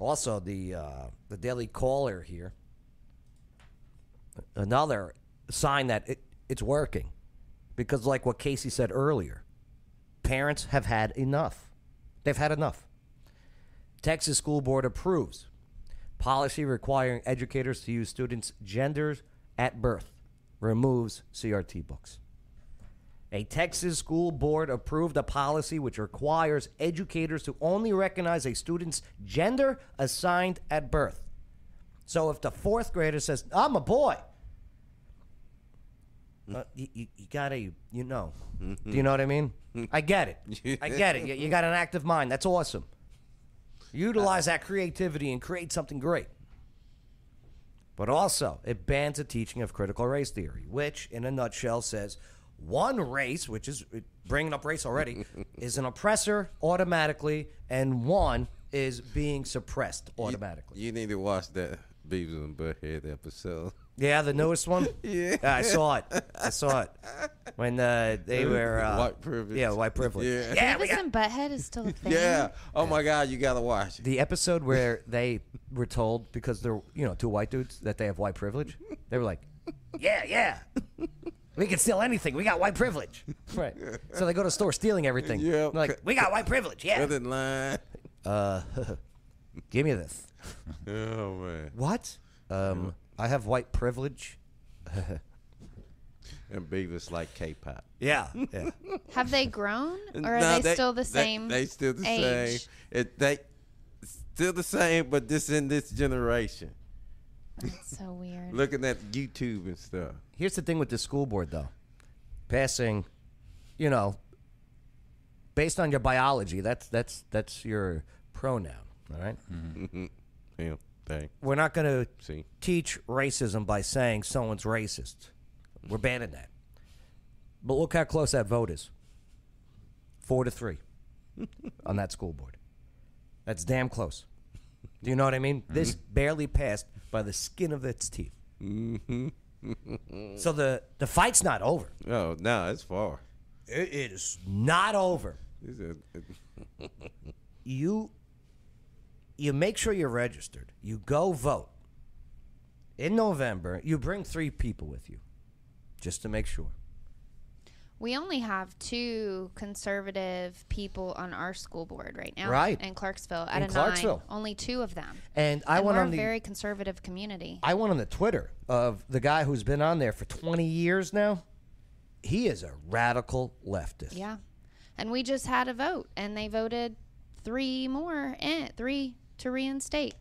[SPEAKER 1] also, the uh, the Daily Caller here, another sign that it, it's working, because like what Casey said earlier, parents have had enough. They've had enough. Texas School Board approves policy requiring educators to use students' genders at birth. Removes CRT books. A Texas school board approved a policy which requires educators to only recognize a student's gender assigned at birth. So if the fourth grader says, I'm a boy, uh, you, you, you gotta, you, you know. Do you know what I mean? I get it. I get it. You, you got an active mind. That's awesome. Utilize that creativity and create something great. But also, it bans the teaching of critical race theory, which, in a nutshell, says one race, which is bringing up race already, is an oppressor automatically, and one is being suppressed automatically.
[SPEAKER 2] You need to watch that Beavis and Butthead episode.
[SPEAKER 1] yeah, the newest one. Uh,
[SPEAKER 2] Yeah.
[SPEAKER 1] I saw it. I saw it when uh, they were uh,
[SPEAKER 2] White privilege.
[SPEAKER 1] Yeah, which privilege.
[SPEAKER 2] Yeah.
[SPEAKER 1] yeah we
[SPEAKER 5] Beavis
[SPEAKER 1] got-
[SPEAKER 5] and Butthead is still a thing.
[SPEAKER 2] Yeah. Oh my God, you gotta watch it.
[SPEAKER 1] the episode where they were told because they're you know two white dudes that they have white privilege. They were like, "Yeah, yeah, we can steal anything. We got white privilege." Right. So they go to the store stealing everything.
[SPEAKER 2] Yeah.
[SPEAKER 1] They're Like we got white privilege. Yeah.
[SPEAKER 2] Red in line.
[SPEAKER 1] Give me this.
[SPEAKER 2] Oh man.
[SPEAKER 1] What? Um, I have white privilege.
[SPEAKER 2] And Beavis like K-pop.
[SPEAKER 1] Yeah. Yeah.
[SPEAKER 5] Have they grown or are
[SPEAKER 2] No,
[SPEAKER 5] they, still the same?
[SPEAKER 2] They, still the
[SPEAKER 5] age?
[SPEAKER 2] same. It they still the same, but this in this generation.
[SPEAKER 5] So weird.
[SPEAKER 2] Looking at YouTube and stuff.
[SPEAKER 1] Here's the thing with the school board though, passing, you know, based on your biology, that's that's that's your pronoun. All right?
[SPEAKER 2] Yeah. Thing.
[SPEAKER 1] We're not going to
[SPEAKER 2] See.
[SPEAKER 1] teach racism by saying someone's racist. We're banning that. But look how close that vote is four to three on that school board. That's damn close. Do you know what I mean? This barely passed by the skin of its teeth. so the, the fight's not over.
[SPEAKER 2] Oh no, it's far.
[SPEAKER 1] It is not over.
[SPEAKER 2] These are-
[SPEAKER 1] you you make sure you're registered. You go vote. In November, you bring three people with you, just to make sure.
[SPEAKER 5] We only have two conservative people on our school board right now,
[SPEAKER 1] Right.
[SPEAKER 5] In Clarksville, at
[SPEAKER 1] In
[SPEAKER 5] a
[SPEAKER 1] Clarksville.
[SPEAKER 5] nine, only two of them.
[SPEAKER 1] And I went
[SPEAKER 5] we're
[SPEAKER 1] on
[SPEAKER 5] a
[SPEAKER 1] the
[SPEAKER 5] very conservative community.
[SPEAKER 1] I went on the Twitter of the guy who's been on there for 20 years now. He is a radical leftist.
[SPEAKER 5] Yeah, and we just had a vote, and they voted three more, eh, three to reinstate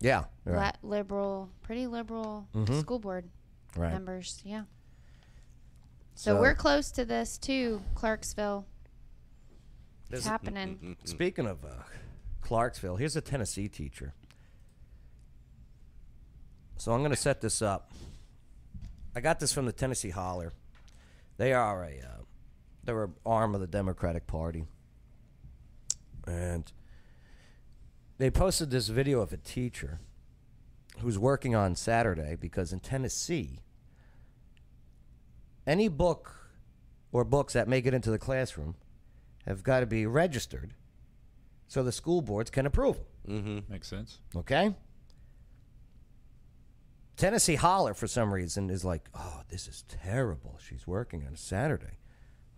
[SPEAKER 1] Yeah. Right.
[SPEAKER 5] Li- liberal, pretty liberal
[SPEAKER 1] Mhm.
[SPEAKER 5] school board
[SPEAKER 1] Right.
[SPEAKER 5] members. Yeah. So,
[SPEAKER 1] So-
[SPEAKER 5] we're close to this too, Clarksville.
[SPEAKER 1] There's-
[SPEAKER 5] It's happening.
[SPEAKER 1] Speaking of uh, Clarksville, here's a Tennessee teacher. So I'm going to set this up. I got this from the Tennessee Holler. They are a uh, they're an arm of the Democratic Party, and they posted this video of a teacher who's working on Saturday because in Tennessee, any book or books that make it into the classroom have got to be registered so the school boards can approve them.
[SPEAKER 4] Mm-hmm. Makes sense.
[SPEAKER 1] Okay? Tennessee Holler, for some reason, is like, oh, this is terrible. She's working on a Saturday.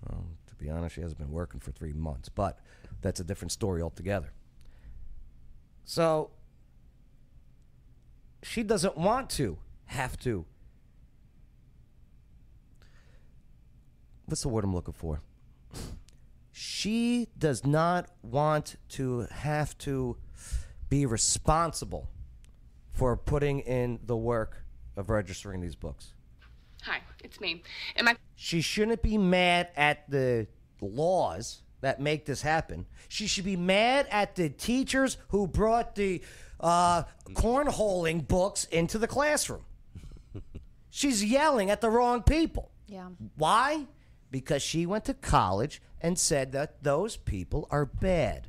[SPEAKER 1] Well, to be honest, she hasn't been working for three months, but that's a different story altogether. So she doesn't want to have to. What's the word I'm looking for? She does not want to have to be responsible for putting in the work of registering these books.
[SPEAKER 9] Hi, it's me. Am I
[SPEAKER 1] She shouldn't be mad at the laws that make this happen. She should be mad at the teachers who brought the uh, cornholing books into the classroom. She's yelling at the wrong people.
[SPEAKER 5] Yeah.
[SPEAKER 1] Why? Because she went to college and said that those people are bad.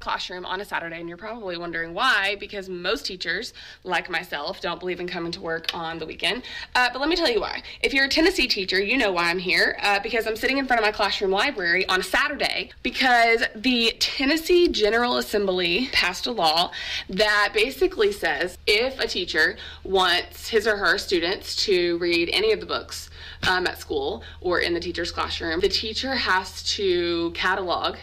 [SPEAKER 9] classroom on a Saturday? And you're probably wondering why, because most teachers, like myself, don't believe in coming to work on the weekend. Uh, but let me tell you why. If you're a Tennessee teacher, you know why I'm here, uh, because I'm sitting in front of my classroom library on a Saturday because the Tennessee General Assembly passed a law that basically says if a teacher wants his or her students to read any of the books um, at school or in the teacher's classroom, the teacher has to catalog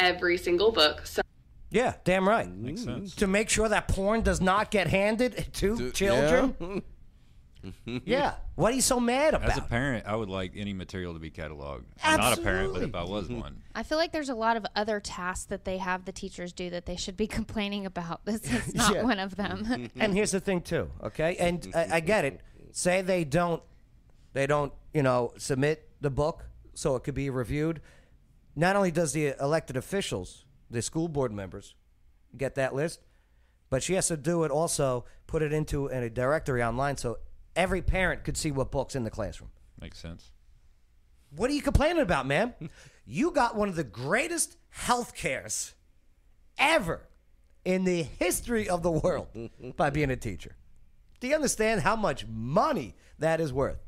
[SPEAKER 9] every single book. So
[SPEAKER 1] Yeah, damn right. Makes sense. To make sure that porn does not get handed to children. Yeah. What are you so mad about?
[SPEAKER 4] As a parent, I would like any material to be cataloged. I'm not a parent, but if I was one,
[SPEAKER 5] I feel like there's a lot of other tasks that they have the teachers do that they should be complaining about. This is not
[SPEAKER 1] Yeah.
[SPEAKER 5] one of them.
[SPEAKER 1] and here's the thing too okay and I, I get it say they don't they don't you know submit the book so it could be reviewed not only does the elected officials the school board members get that list but she has to do it also put it into a directory online so every parent could see what books in the classroom
[SPEAKER 4] makes sense.
[SPEAKER 1] what are you complaining about, man? You got one of the greatest health cares ever in the history of the world by being a teacher. Do you understand how much money that is worth?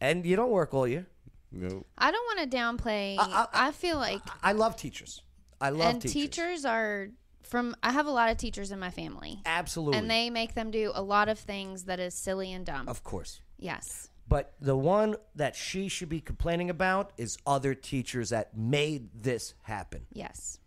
[SPEAKER 1] And you don't work all year.
[SPEAKER 2] No.
[SPEAKER 5] I don't want to downplay. I, feel like
[SPEAKER 1] I love teachers. I love
[SPEAKER 5] and
[SPEAKER 1] teachers.
[SPEAKER 5] teachers. are from. I have a lot of teachers in my family,
[SPEAKER 1] Absolutely.
[SPEAKER 5] and they make them do a lot of things that is silly and dumb.
[SPEAKER 1] of course.
[SPEAKER 5] Yes.
[SPEAKER 1] But the one that she should be complaining about is other teachers that made this happen.
[SPEAKER 5] Yes.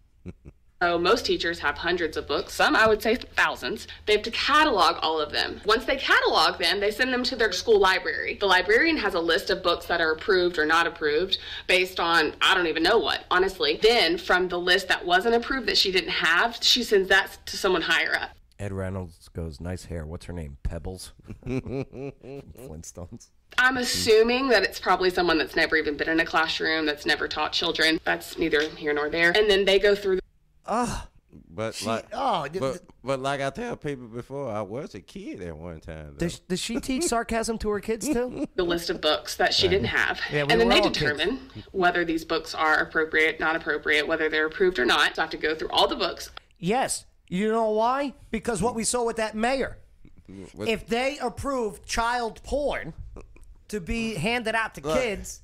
[SPEAKER 9] So most teachers have hundreds of books, some I would say thousands. They have to catalog all of them. Once they catalog them, they send them to their school library. The librarian has a list of books that are approved or not approved based on I don't even know what, honestly. Then from the list that wasn't approved that she didn't have, she sends that to someone higher up.
[SPEAKER 1] Ed Reynolds goes, nice hair. What's her name? Pebbles. Flintstones.
[SPEAKER 9] I'm assuming that it's probably someone that's never even been in a classroom, that's never taught children. That's neither here nor there. And then they go through
[SPEAKER 1] Ah,
[SPEAKER 2] But like,
[SPEAKER 1] oh, th-
[SPEAKER 2] but, but like I tell people before, I was a kid at one time. though.
[SPEAKER 1] Does, does she teach sarcasm to her kids too?
[SPEAKER 9] the list of books that she didn't have.
[SPEAKER 1] Yeah, we
[SPEAKER 9] and then
[SPEAKER 1] were
[SPEAKER 9] they
[SPEAKER 1] all kids.
[SPEAKER 9] determine whether these books are appropriate, not appropriate, whether they're approved or not. So I have to go through all the books.
[SPEAKER 1] Yes. You know why? Because what we saw with that mayor.
[SPEAKER 2] What-
[SPEAKER 1] If they approved child porn to be handed out to kids,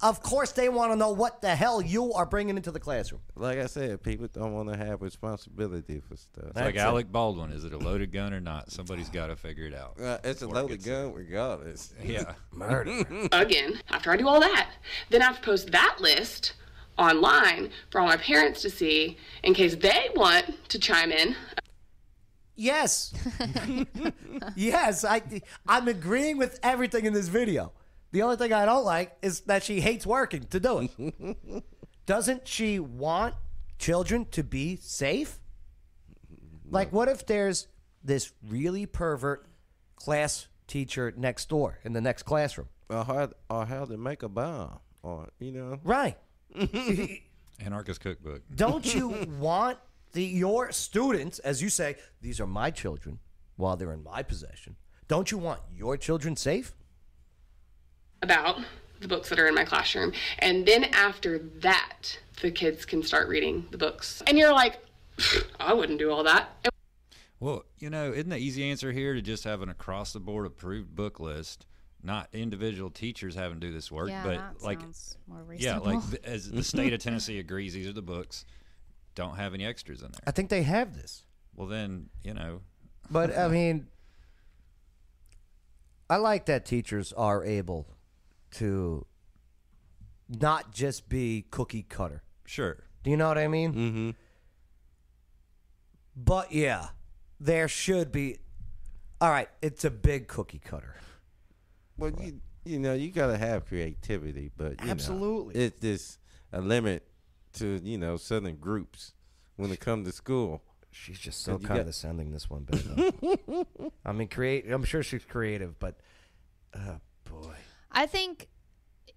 [SPEAKER 1] Of course, they want to know what the hell you are bringing into the classroom.
[SPEAKER 2] Like I said, people don't want to have responsibility for stuff.
[SPEAKER 4] It's like Alec Baldwin. Is it a loaded gun or not? Somebody's got to figure it out.
[SPEAKER 2] Uh, it's
[SPEAKER 4] before
[SPEAKER 2] a
[SPEAKER 4] it
[SPEAKER 2] loaded
[SPEAKER 4] gets-
[SPEAKER 2] gun, regardless.
[SPEAKER 4] Yeah.
[SPEAKER 9] again after I do all that. Then I have to post that list online for all my parents to see in case they want to chime in
[SPEAKER 1] Yes. yes, I, I'm agreeing with everything in this video. The only thing I don't like is that she hates working to do it. Doesn't she want children to be safe? Like, what if there's this really pervert class teacher next door in the next classroom?
[SPEAKER 2] Or how, or how to make a bomb, or you know.
[SPEAKER 1] Right.
[SPEAKER 4] Anarchist cookbook.
[SPEAKER 1] Don't you want the your students, as you say, these are my children while they're in my possession? Don't you want your children safe?
[SPEAKER 9] about the books that are in my classroom. And then after that, the kids can start reading the books. And you're like, I wouldn't do all that.
[SPEAKER 4] Well, you know, isn't the easy answer here to just have an across the board approved book list? Not individual teachers having to do this work,
[SPEAKER 5] Yeah,
[SPEAKER 4] but
[SPEAKER 5] that
[SPEAKER 4] like,
[SPEAKER 5] sounds more
[SPEAKER 4] yeah, like
[SPEAKER 5] reasonable.
[SPEAKER 4] th- as the state of Tennessee agrees, these are the books. Don't have any extras in there.
[SPEAKER 1] I think they have this.
[SPEAKER 4] Well, then you know,
[SPEAKER 1] But I mean, I like that teachers are able to not just be cookie cutter.
[SPEAKER 4] Sure.
[SPEAKER 1] Do you know what I mean? Mm-hmm. But yeah, there should be. All right, it's a big cookie cutter.
[SPEAKER 2] Well, you you know you gotta have creativity, but you know,
[SPEAKER 1] Absolutely.
[SPEAKER 2] it's this a limit to you know certain groups when it comes to school.
[SPEAKER 1] She's just So
[SPEAKER 2] you got-
[SPEAKER 1] condescending this one bit. though. I mean, create. I'm sure she's creative, but uh, boy,
[SPEAKER 5] I think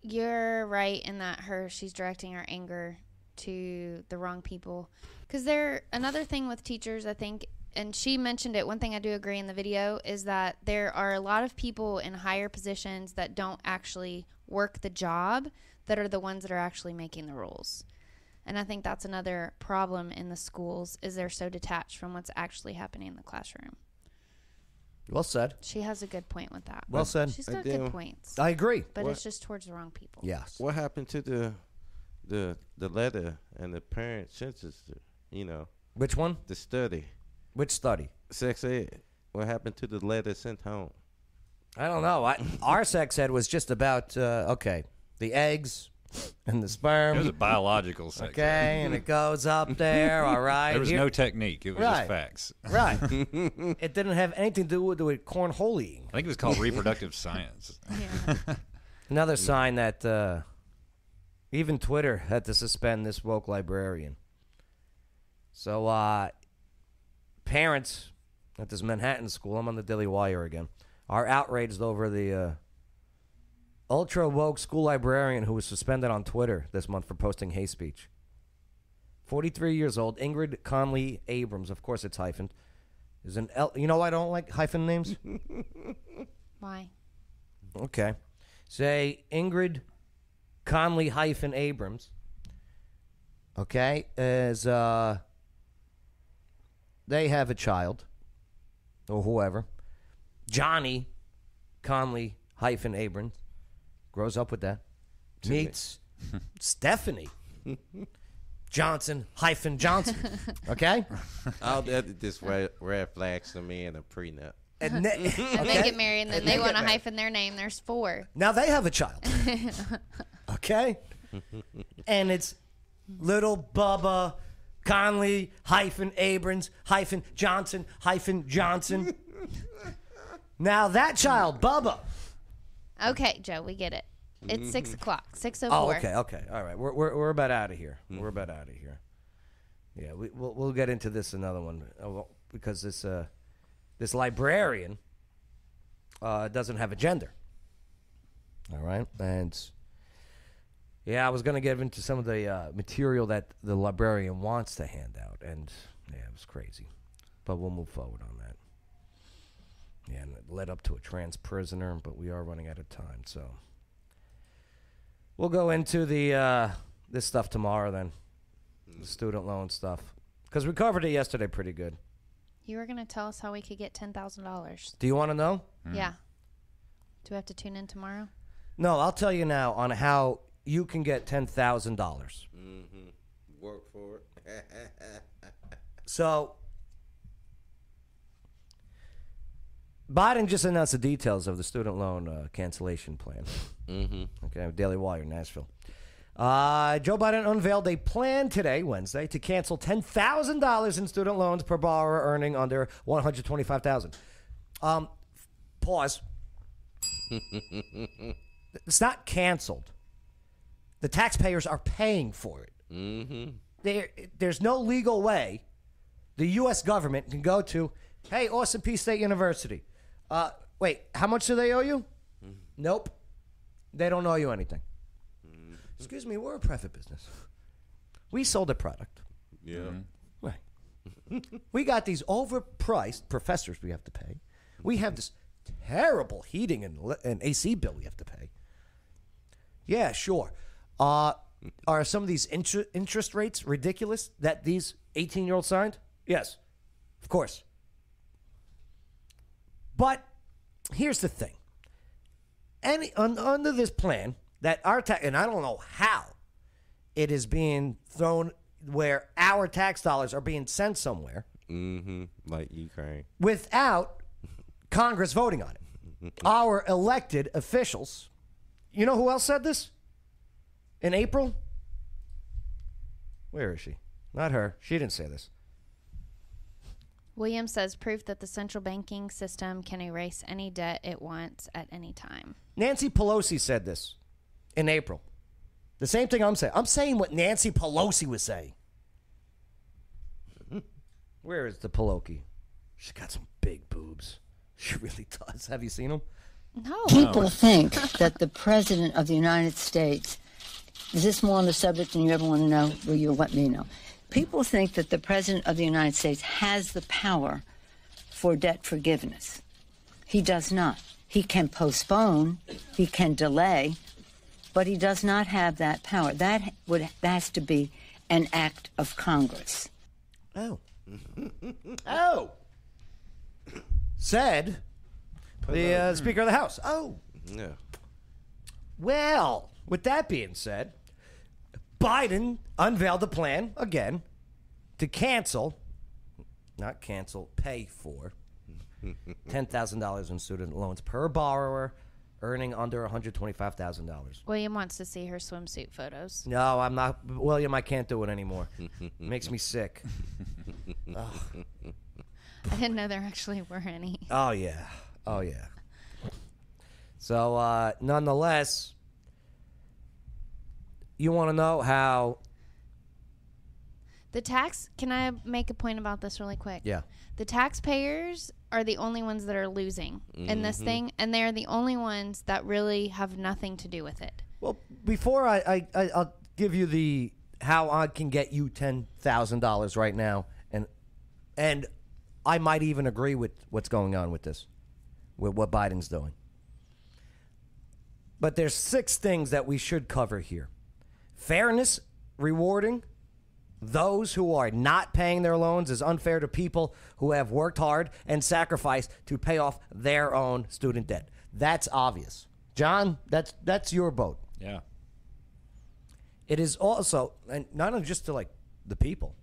[SPEAKER 5] you're right in that her she's directing her anger to the wrong people because there another thing with teachers I think and she mentioned it one thing I do agree in the video is that there are a lot of people in higher positions that don't actually work the job that are the ones that are actually making the rules. And I think that's another problem in the schools is they're so detached from what's actually happening in the classroom.
[SPEAKER 1] well said.
[SPEAKER 5] She has a good point with that.
[SPEAKER 1] Well said.
[SPEAKER 5] She's
[SPEAKER 2] I
[SPEAKER 5] got
[SPEAKER 2] do.
[SPEAKER 5] good points.
[SPEAKER 1] I agree.
[SPEAKER 5] But
[SPEAKER 2] What-
[SPEAKER 5] it's just towards the wrong people.
[SPEAKER 1] Yes.
[SPEAKER 2] What happened to the the the letter and the parent census? You know,
[SPEAKER 1] Which one?
[SPEAKER 2] the study,
[SPEAKER 1] Which study?
[SPEAKER 2] sex ed. What happened to the letter sent home?
[SPEAKER 1] I don't know. I, our sex ed was just about uh, okay, the eggs and the sperm.
[SPEAKER 4] it was a biological sex.
[SPEAKER 1] Okay, and it goes up there. All right.
[SPEAKER 4] There was
[SPEAKER 1] Here-
[SPEAKER 4] no technique. It was just
[SPEAKER 1] Right.
[SPEAKER 4] facts.
[SPEAKER 1] Right. it didn't have anything to do with, with cornhole eating.
[SPEAKER 4] I think it was called reproductive science.
[SPEAKER 1] Another sign that uh, even Twitter had to suspend this woke librarian. So, uh, parents at this Manhattan school, I'm on the Daily Wire again, are outraged over the uh, ultra woke school librarian who was suspended on Twitter this month for posting hate speech. 43 years old, Ingrid Conley Abrams, of course it's hyphened, is an L. You know why I don't like hyphen names?
[SPEAKER 5] Why?
[SPEAKER 1] Okay. Say Ingrid Conley hyphen Abrams. Okay, is uh, they have a child or whoever, Johnny Conley hyphen Abrams grows up with that, meets Stephanie Johnson hyphen Johnson. Okay,
[SPEAKER 2] All that just red, red flags to me in a prenup.
[SPEAKER 1] and, ne-
[SPEAKER 5] And
[SPEAKER 1] okay?
[SPEAKER 5] they get married and then
[SPEAKER 1] And
[SPEAKER 5] they,
[SPEAKER 1] they
[SPEAKER 5] want to
[SPEAKER 1] get married.
[SPEAKER 5] hyphen their name. There's four.
[SPEAKER 1] Now they have a child. okay? and it's little Bubba Conley hyphen Abrams hyphen Johnson hyphen Johnson. now that child, Bubba.
[SPEAKER 5] Okay, Joe, we get it. It's six o'clock. Six oh
[SPEAKER 1] Mm-hmm. Oh,
[SPEAKER 5] four.
[SPEAKER 1] okay, okay. All right. We're, we're, we're about out of here. We're about out of here. Yeah, we, we'll, we'll get into this another one uh, well, because this, uh, this librarian uh, doesn't have a gender. All right. And yeah, I was going to get into some of the uh, material that the librarian wants to hand out. And yeah, it was crazy. But we'll move forward on that. Yeah, and it led up to a trans prisoner, but we are running out of time. So we'll go into the uh, this stuff tomorrow then the student loan stuff because we covered it yesterday pretty good.
[SPEAKER 5] You were gonna tell us how we could get ten thousand dollars.
[SPEAKER 1] Do you want to know?
[SPEAKER 5] Yeah. Do we have to tune in tomorrow?
[SPEAKER 1] No, I'll tell you now on how you can get ten thousand dollars.
[SPEAKER 2] Mm-hmm. Work for it.
[SPEAKER 1] So Biden just announced the details of the student loan uh, cancellation plan. Mm-hmm. Okay, Daily Wire, Nashville. Uh, Joe Biden unveiled a plan today, Wednesday, to cancel ten thousand dollars in student loans per borrower earning under one hundred twenty-five thousand. Um, pause. it's not canceled. The taxpayers are paying for it.
[SPEAKER 2] mm-hmm.
[SPEAKER 1] There, there's no legal way the U.S. government can go to, hey, Austin Peay State University. Uh, wait, how much do they owe you? Nope. They don't owe you anything. Excuse me, we're a private business. We sold a product. Mm-hmm.
[SPEAKER 2] Yeah.
[SPEAKER 1] we got these overpriced professors we have to pay. We have this terrible heating and, le- and AC bill we have to pay. Yeah, sure. Uh, are some of these inter- interest rates ridiculous that these 18 year olds signed? Yes, of course. But here's the thing. Any, un, under this plan, that our tax, and I don't know how it is being thrown where our tax dollars are being sent somewhere
[SPEAKER 2] Mm-hmm. Like Ukraine.
[SPEAKER 1] without Congress voting on it. Our elected officials. You know who else said this? In April? Where is she? Not her. She didn't say this.
[SPEAKER 5] Williams says proof that the central banking system can erase any debt it wants at any time.
[SPEAKER 1] Nancy Pelosi said this in April. The same thing I'm saying. I'm saying what Nancy Pelosi was saying. Where is the Pelosi? She's got some big boobs. She really does. Have you seen them?
[SPEAKER 5] No.
[SPEAKER 12] People think that the President of the United States is this more on the subject than you ever want to know? Will you let me know? People think that the President of the United States has the power for debt forgiveness. He does not. He can postpone, he can delay, but he does not have that power. That would that has to be an act of Congress.
[SPEAKER 1] Oh. oh. Said the uh, Speaker of the House. Oh.
[SPEAKER 2] Yeah.
[SPEAKER 1] Well, with that being said, Biden unveiled a plan again to cancel, not cancel, pay for $10,000 in student loans per borrower earning under $125,000.
[SPEAKER 5] William wants to see her swimsuit photos.
[SPEAKER 1] No, I'm not. William, I can't do it anymore. Makes me sick. Ugh.
[SPEAKER 5] I didn't know there actually were any.
[SPEAKER 1] Oh yeah. Oh yeah. So uh nonetheless, you want to know how
[SPEAKER 5] The tax, can I make a point about this really quick?
[SPEAKER 1] Yeah.
[SPEAKER 5] The taxpayers are the only ones that are losing in this
[SPEAKER 1] Mhm.
[SPEAKER 5] thing, and they're the only ones that really have nothing to do with it.
[SPEAKER 1] Well, before I, I, I I'll give you the how I can get you ten thousand dollars right now, and and I might even agree with what's going on with this, with what Biden's doing. But there's six things that we should cover here: fairness, rewarding those who are not paying their loans is unfair to people who have worked hard and sacrificed to pay off their own student debt. That's obvious, John. That's that's your boat.
[SPEAKER 4] Yeah.
[SPEAKER 1] It is also, and not only just to like the people,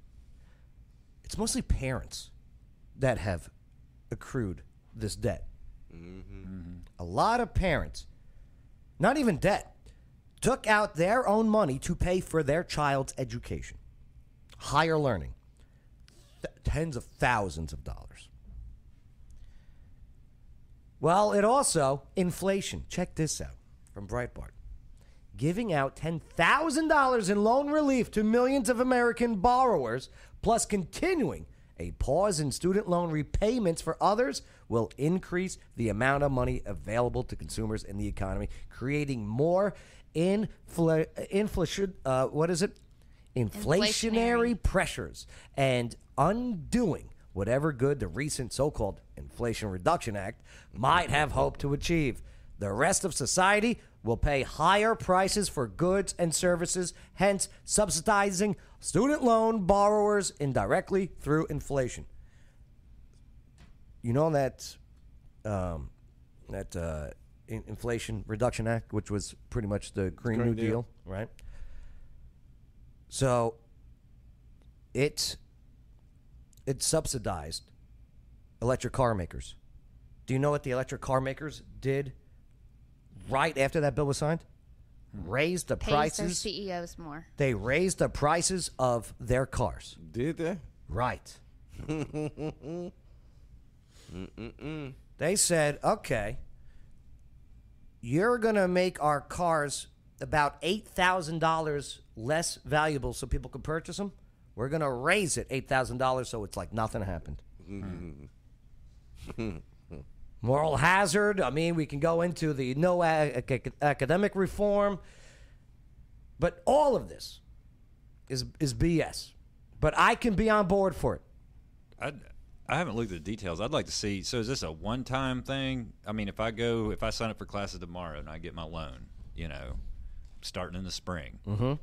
[SPEAKER 1] it's mostly parents that have accrued this debt. A lot of parents, not even debt, took out their own money to pay for their child's education, higher learning, th- tens of thousands of dollars. Well, it also, inflation. Check this out from Breitbart giving out $10,000 in loan relief to millions of American borrowers, plus continuing a pause in student loan repayments for others, will increase the amount of money available to consumers in the economy, creating more infl- inflation. Uh, what is it? Inflationary, pressures and undoing whatever good the recent so called Inflation Reduction Act might have hoped to achieve. The rest of society will pay higher prices for goods and services, hence subsidizing student loan borrowers indirectly through inflation. You know that um, that uh, In- Inflation Reduction Act, which was pretty much the Green, New Deal. right? So it's it subsidized electric car makers. Do you know what the electric car makers did right after that bill was signed? Raised the
[SPEAKER 5] Hmm. Pays their
[SPEAKER 1] prices.
[SPEAKER 5] CEOs more.
[SPEAKER 1] They raised the prices of their cars.
[SPEAKER 2] Did they?
[SPEAKER 1] Right.
[SPEAKER 2] Mm-mm-mm.
[SPEAKER 1] They said, okay, you're going to make our cars about $8,000 less valuable so people can purchase them. We're going to raise it $8,000 so it's like nothing happened. Moral hazard. I mean, we can go into the no a- ac- academic reform, but all of this is is BS. But I can be on board for it.
[SPEAKER 4] I'd, I haven't looked at the details. I'd like to see. So is this a one-time thing? I mean, if I go, if I sign up for classes tomorrow and I get my loan, you know, starting in the spring,
[SPEAKER 1] Mhm.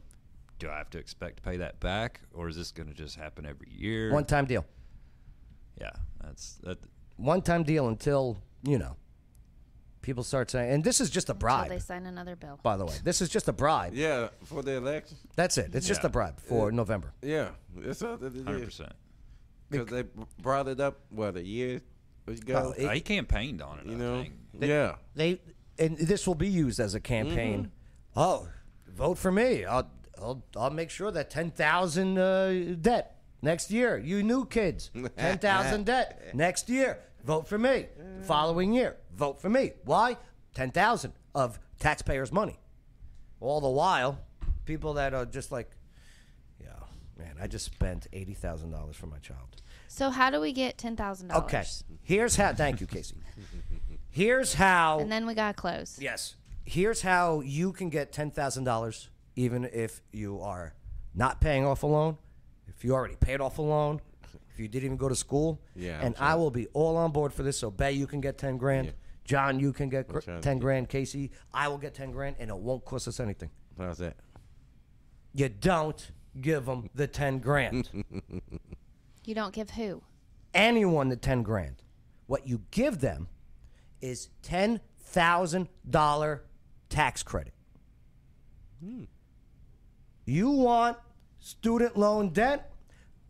[SPEAKER 4] do I have to expect to pay that back, or is this going to just happen every year?
[SPEAKER 1] One time deal.
[SPEAKER 4] Yeah, that's that.
[SPEAKER 1] One time deal until you know people start saying, and this is just a
[SPEAKER 5] Until
[SPEAKER 1] bribe.
[SPEAKER 5] they sign another bill.
[SPEAKER 1] By the way, this is just a bribe.
[SPEAKER 2] Yeah, for the election.
[SPEAKER 1] That's it. It's just
[SPEAKER 2] Yeah.
[SPEAKER 1] a bribe for
[SPEAKER 2] Uh,
[SPEAKER 1] November.
[SPEAKER 2] Yeah, it's not that it is.
[SPEAKER 4] 100%.
[SPEAKER 2] Because they b- brought it up what a year ago.
[SPEAKER 1] Well, it- He
[SPEAKER 4] campaigned on it.
[SPEAKER 2] You know.
[SPEAKER 1] They-
[SPEAKER 2] yeah.
[SPEAKER 1] They and this will be used as a campaign. Oh, vote for me. I'll I'll, I'll make sure that ten thousand uh, debt next year. You new kids, ten thousand debt next year. Vote for me. The following year, vote for me. Why? Ten thousand of taxpayers' money. All the while, people that are just like, yeah, man, I just spent eighty thousand dollars for my child.
[SPEAKER 5] So how do we get ten thousand dollars?
[SPEAKER 1] Okay, here's how. Thank you, Casey. Here's how.
[SPEAKER 5] And then we gotta close.
[SPEAKER 1] Yes. Here's how you can get $10,000 even if you are not paying off a loan, if you already paid off a loan, if you didn't even go to school.
[SPEAKER 2] Yeah, I'm
[SPEAKER 1] And I will be all on board for this. So, Bay, you can get 10 grand. John, you can get gr-
[SPEAKER 2] trying to
[SPEAKER 1] 10 grand. Casey, I will get 10 grand and it won't cost us anything.
[SPEAKER 2] How's that?
[SPEAKER 1] You don't give them the 10 grand.
[SPEAKER 5] You don't give who?
[SPEAKER 1] anyone the 10 grand. What you give them is $10,000 tax credit. You want student loan debt?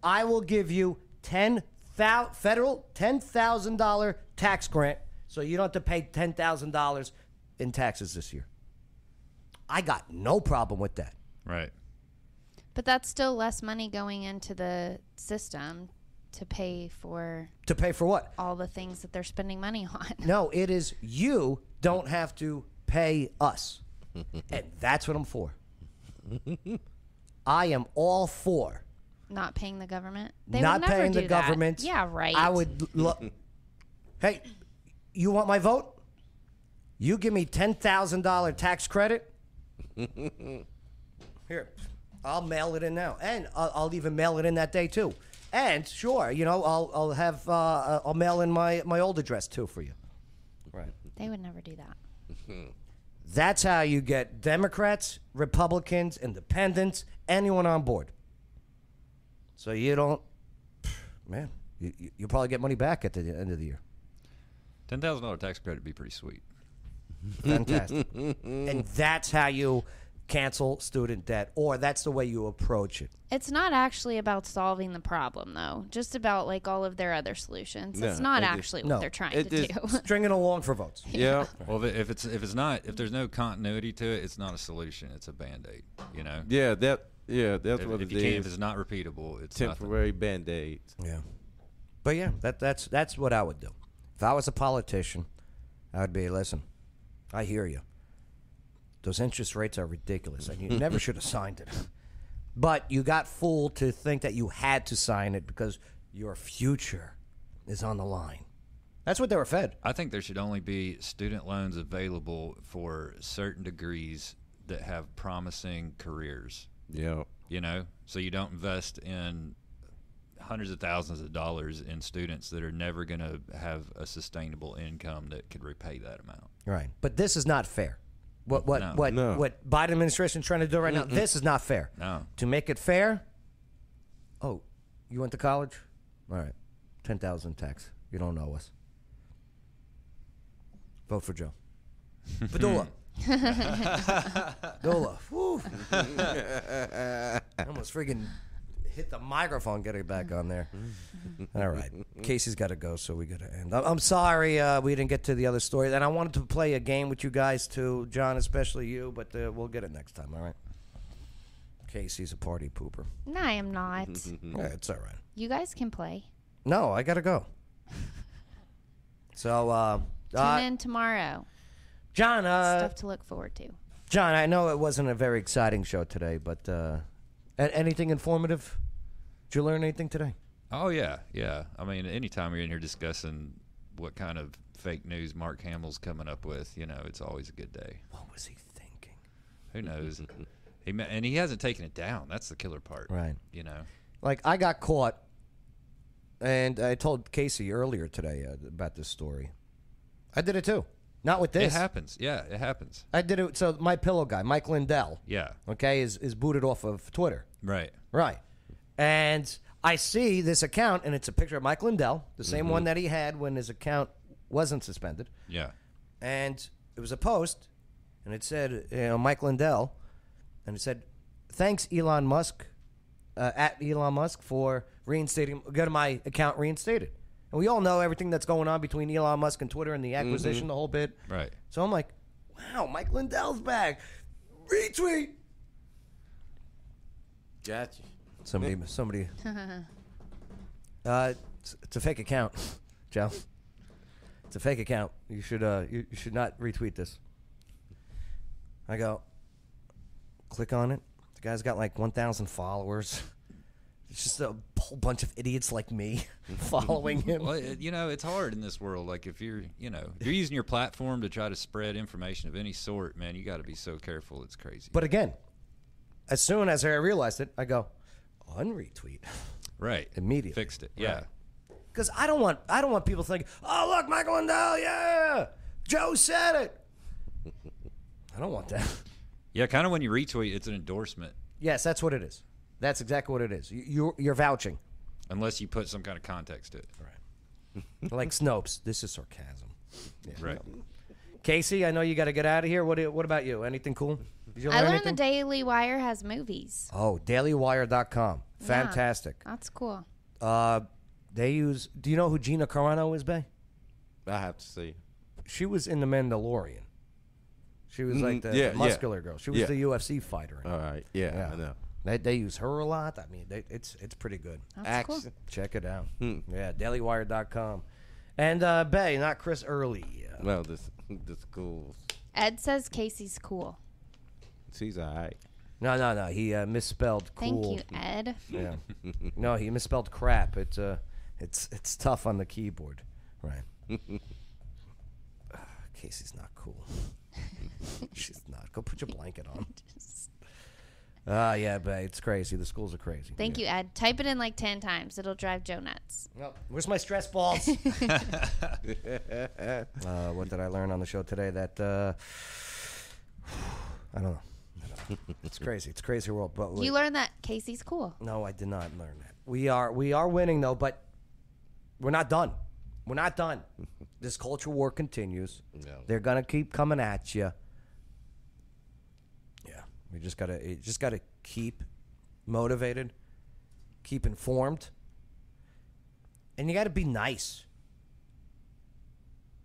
[SPEAKER 1] I will give you 10 thou- federal $10,000 tax grant so you don't have to pay $10,000 in taxes this year. I got no problem with that.
[SPEAKER 4] Right.
[SPEAKER 5] But that's still less money going into the system to pay for
[SPEAKER 1] To pay for what?
[SPEAKER 5] all the things that they're spending money on.
[SPEAKER 1] No, it is you don't have to pay us. and that's what I'm for. I am all for
[SPEAKER 5] Not paying the government. They
[SPEAKER 1] not
[SPEAKER 5] would never
[SPEAKER 1] paying
[SPEAKER 5] do
[SPEAKER 1] the
[SPEAKER 5] that.
[SPEAKER 1] government.
[SPEAKER 5] Yeah, right.
[SPEAKER 1] I would. Lo- hey, you want my vote? You give me $10,000 tax credit? Here, I'll mail it in now. And I'll, I'll even mail it in that day, too. And sure, you know, I'll, I'll have, uh, I'll mail in my, my old address, too, for you. Right.
[SPEAKER 5] They would never do that.
[SPEAKER 1] That's how you get Democrats, Republicans, Independents, anyone on board. So you don't, man, you, you- you'll probably get money back at the end of the year.
[SPEAKER 4] Ten thousand dollar tax credit would be pretty sweet.
[SPEAKER 1] Fantastic. and that's how you cancel student debt, or that's the way you approach it.
[SPEAKER 5] It's not actually about solving the problem, though. Just about like all of their other solutions. it's
[SPEAKER 4] No,
[SPEAKER 5] not
[SPEAKER 4] it is-
[SPEAKER 5] actually what
[SPEAKER 4] no,
[SPEAKER 5] they're trying
[SPEAKER 4] it
[SPEAKER 5] to
[SPEAKER 4] is-
[SPEAKER 5] do.
[SPEAKER 1] Stringing along for votes.
[SPEAKER 4] Yeah. Well, if it- if it's if it's not if there's no continuity to it, it's not a solution. It's a band aid. You know.
[SPEAKER 2] Yeah, that. Yeah, that's
[SPEAKER 4] If-
[SPEAKER 2] what
[SPEAKER 4] if
[SPEAKER 2] it
[SPEAKER 4] you can't- if
[SPEAKER 2] is.
[SPEAKER 4] it's not repeatable, it's nothing.
[SPEAKER 2] temporary band aid.
[SPEAKER 1] Yeah. But yeah, that, that's that's what I would do. If I was a politician, I would be listen. I hear you. Those interest rates are ridiculous, and you never should have signed it. But you got fooled to think that you had to sign it because your future is on the line. That's what they were fed.
[SPEAKER 4] I think there should only be student loans available for certain degrees that have promising careers.
[SPEAKER 2] Yeah.
[SPEAKER 4] You know, so you don't invest in hundreds of thousands of dollars in students that are never going to have a sustainable income that could repay that amount.
[SPEAKER 1] Right. But this is not fair. What what
[SPEAKER 4] No.
[SPEAKER 1] what
[SPEAKER 4] No.
[SPEAKER 1] what Biden administration trying to do right now?
[SPEAKER 4] Mm-mm.
[SPEAKER 1] This is not fair.
[SPEAKER 4] No.
[SPEAKER 1] To make it fair, oh, you went to college? All right. 10,000 tax. You don't know us. Vote for Joe. Padula. Padula. Whew.
[SPEAKER 2] I
[SPEAKER 1] almost friggin' hit the microphone, get it back on there. All right. Casey's got to go, so we got to end. I- I'm sorry uh, we didn't get to the other story. And I wanted to play a game with you guys, too, John, especially you, but uh, we'll get it next time, all right? Casey's a party pooper.
[SPEAKER 5] No, I am not.
[SPEAKER 1] Yeah, it's all right.
[SPEAKER 5] You guys can play.
[SPEAKER 1] No, I got to go. So, uh,
[SPEAKER 5] Tune
[SPEAKER 1] uh,
[SPEAKER 5] in tomorrow.
[SPEAKER 1] John, uh,
[SPEAKER 5] Stuff to look forward to.
[SPEAKER 1] John, I know it wasn't a very exciting show today, but uh, a- anything informative? Did you learn anything today?
[SPEAKER 4] Oh yeah, yeah. I mean, anytime you're in here discussing what kind of fake news Mark Hamill's coming up with, you know, it's always a good day.
[SPEAKER 1] What was he thinking?
[SPEAKER 4] Who knows? he ma- and he hasn't taken it down. That's the killer part,
[SPEAKER 1] Right.
[SPEAKER 4] You know.
[SPEAKER 1] Like I got caught, and I told Casey earlier today uh, about this story. I did it too. Not with this.
[SPEAKER 4] It happens. Yeah, it happens.
[SPEAKER 1] I did it. So my pillow guy, Mike Lindell.
[SPEAKER 4] Yeah.
[SPEAKER 1] Okay, is is booted off of Twitter.
[SPEAKER 4] Right.
[SPEAKER 1] Right. And I see this account, and it's a picture of Mike Lindell, the same
[SPEAKER 4] Mhm.
[SPEAKER 1] one that he had when his account wasn't suspended.
[SPEAKER 4] Yeah.
[SPEAKER 1] and it was a post, and it said, you know, Mike Lindell, and it said, thanks Elon Musk, uh, at Elon Musk for reinstating, get my account reinstated. And we all know everything that's going on between Elon Musk and Twitter and the acquisition,
[SPEAKER 4] Mhm.
[SPEAKER 1] the whole bit.
[SPEAKER 4] Right.
[SPEAKER 1] So I'm like, wow, Mike Lindell's back. Retweet.
[SPEAKER 2] Got you.
[SPEAKER 1] Somebody, somebody, uh, it's, it's a fake account, Joe. It's a fake account. You should, uh, you, you should not retweet this. I go, click on it. The guy's got like 1,000 followers. It's just a whole bunch of idiots like me following him.
[SPEAKER 4] Well, it- you know, it's hard in this world. Like if you're, you know, if you're using your platform to try to spread information of any sort, man, you got to be so careful. It's crazy.
[SPEAKER 1] But again, as soon as I realized it, I go, unretweet.
[SPEAKER 4] Right.
[SPEAKER 1] Immediately.
[SPEAKER 4] Fixed it. Yeah.
[SPEAKER 1] Because I don't want I don't want people thinking, oh look, Michael Lindell, yeah, Joe said it. I don't want that.
[SPEAKER 4] Yeah. Kind of when you retweet, it's an endorsement,
[SPEAKER 1] Yes, that's what it is. That's exactly what it is. You, you're you're vouching
[SPEAKER 4] unless you put some kind of context to it. Right.
[SPEAKER 1] like Snopes. This is sarcasm. Yeah.
[SPEAKER 4] Right.
[SPEAKER 1] Casey, I know you got to get out of here. What do- what about you? Anything cool? Did you
[SPEAKER 5] I
[SPEAKER 1] learn
[SPEAKER 5] learned
[SPEAKER 1] anything?
[SPEAKER 5] the Daily Wire has movies.
[SPEAKER 1] oh, DailyWire.com.
[SPEAKER 5] Yeah,
[SPEAKER 1] Fantastic.
[SPEAKER 5] that's cool.
[SPEAKER 1] Uh, they use. Do you know who Gina Carano is, Bay?
[SPEAKER 2] have to see.
[SPEAKER 1] She was in The Mandalorian. She was like the,
[SPEAKER 2] Mhm. Yeah,
[SPEAKER 1] the
[SPEAKER 2] yeah.
[SPEAKER 1] muscular girl. She was
[SPEAKER 2] Yeah.
[SPEAKER 1] the UFC fighter.
[SPEAKER 2] All right. Yeah, I know.
[SPEAKER 1] They, they use her a lot. I mean, they, it's it's pretty good.
[SPEAKER 2] That's cool. Action.
[SPEAKER 1] Check it out. Yeah, dailywire.com. And uh, Bay, not Chris Early.
[SPEAKER 2] Well, this this cool.
[SPEAKER 5] Ed says Casey's cool.
[SPEAKER 2] She's all right.
[SPEAKER 1] No, no, no. He uh, misspelled
[SPEAKER 5] Thank
[SPEAKER 1] cool.
[SPEAKER 5] you, Ed.
[SPEAKER 1] Yeah. no, he misspelled crap. It's uh, it's it's tough on the keyboard. Right. Ah, Casey's not cool. She's not. Go put your blanket on. Ah, yeah, but it's crazy. The schools are crazy.
[SPEAKER 5] Thank you, Ed. Type it in like 10 times. It'll drive Joe nuts.
[SPEAKER 1] Nope. Where's my stress balls? uh, what did I learn on the show today? That uh, I don't know. I don't know. It's crazy. It's a crazy world. But we-
[SPEAKER 5] You learned that Casey's cool.
[SPEAKER 1] No, I did not learn that. We are we are winning though, but we're not done. We're not done. This culture war continues.
[SPEAKER 2] No.
[SPEAKER 1] They're gonna keep coming at you. Yeah, we just gotta you just gotta keep motivated, keep informed, and you gotta be nice.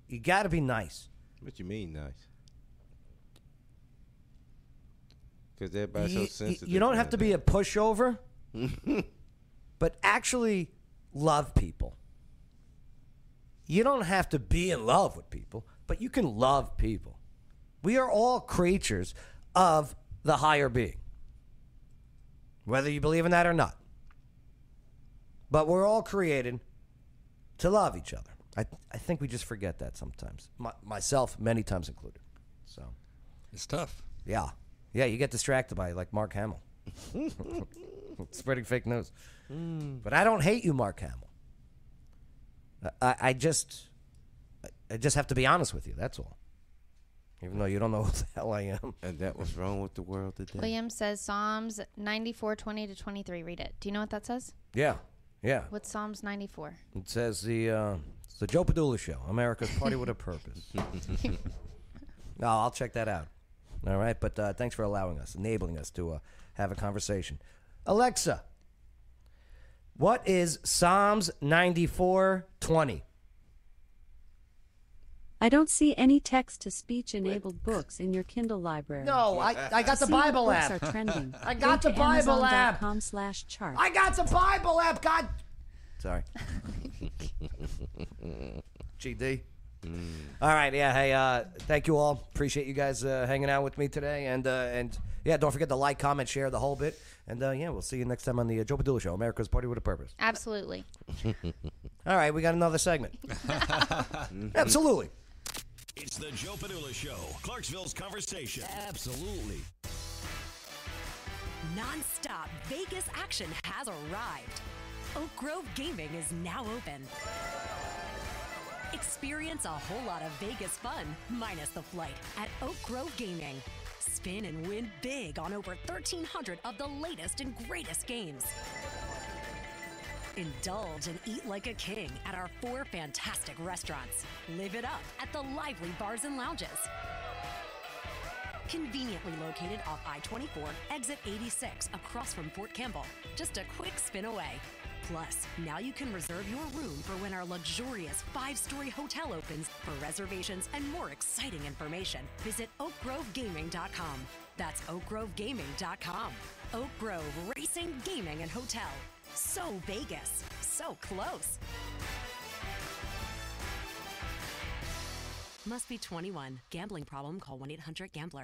[SPEAKER 1] You gotta be nice.
[SPEAKER 2] What you mean nice? Because everybody's
[SPEAKER 1] You-
[SPEAKER 2] so
[SPEAKER 1] you-
[SPEAKER 2] sensitive.
[SPEAKER 1] You don't have to
[SPEAKER 2] nowadays.
[SPEAKER 1] be a pushover, but actually love people. You don't have to be in love with people, but you can love people. We are all creatures of the higher being, whether you believe in that or not. But we're all created to love each other. I, I think we just forget that sometimes, My, myself, many times included. So.
[SPEAKER 4] It's tough.
[SPEAKER 1] Yeah. Yeah, you get distracted by it, like Mark Hamill. Spreading fake news. But I don't hate you, Mark Hamill. I- I, I just I- I just have to be honest with you, that's all. Even though you don't know who the hell I am.
[SPEAKER 2] And that was wrong with the world today.
[SPEAKER 5] William says Psalms 94, 20 to 23. Read it. Do you know what that says?
[SPEAKER 1] Yeah. Yeah.
[SPEAKER 5] What's Psalms 94?
[SPEAKER 1] It says the uh, it's the Joe Padula Show, America's Party with a Purpose. No, I'll check that out. All right, but uh, thanks for allowing us, enabling us to uh, have a conversation. Alexa, what is Psalms 94:20?
[SPEAKER 13] I don't see any text to speech enabled books in your Kindle library.
[SPEAKER 1] No, I- I got the
[SPEAKER 13] See what
[SPEAKER 1] Bible
[SPEAKER 13] books
[SPEAKER 1] app.
[SPEAKER 13] Are trending.
[SPEAKER 1] I got
[SPEAKER 13] Go
[SPEAKER 1] the
[SPEAKER 13] to
[SPEAKER 1] Bible app.
[SPEAKER 13] Amazon.com slash chart.
[SPEAKER 1] I got the Bible app. God. Sorry. GD. All right, yeah. Hey, uh, thank you all. Appreciate you guys uh, hanging out with me today, and uh, and yeah, don't forget to like, comment, share the whole bit, and uh, yeah, we'll see you next time on the uh, Joe Padula Show, America's Party with a Purpose.
[SPEAKER 5] Absolutely.
[SPEAKER 1] All right, we got another segment. Absolutely.
[SPEAKER 3] It's the Joe Padula Show, Clarksville's conversation. Absolutely.
[SPEAKER 14] Non-stop Vegas action has arrived. Oak Grove Gaming is now open. Experience a whole lot of Vegas fun, minus the flight, at Oak Grove Gaming. Spin and win big on over 1,300 of the latest and greatest games. Indulge and eat like a king at our four fantastic restaurants. Live it up at the lively bars and lounges. Conveniently located off I 24, exit 86, across from Fort Campbell. Just a quick spin away. Plus, now you can reserve your room for when our luxurious five story hotel opens. For reservations and more exciting information, visit oakgrovegaming.com. That's oakgrovegaming.com. Oak Grove Racing, Gaming, and Hotel. So Vegas, so close. Must be 21. Gambling problem, call 1 800 Gambler.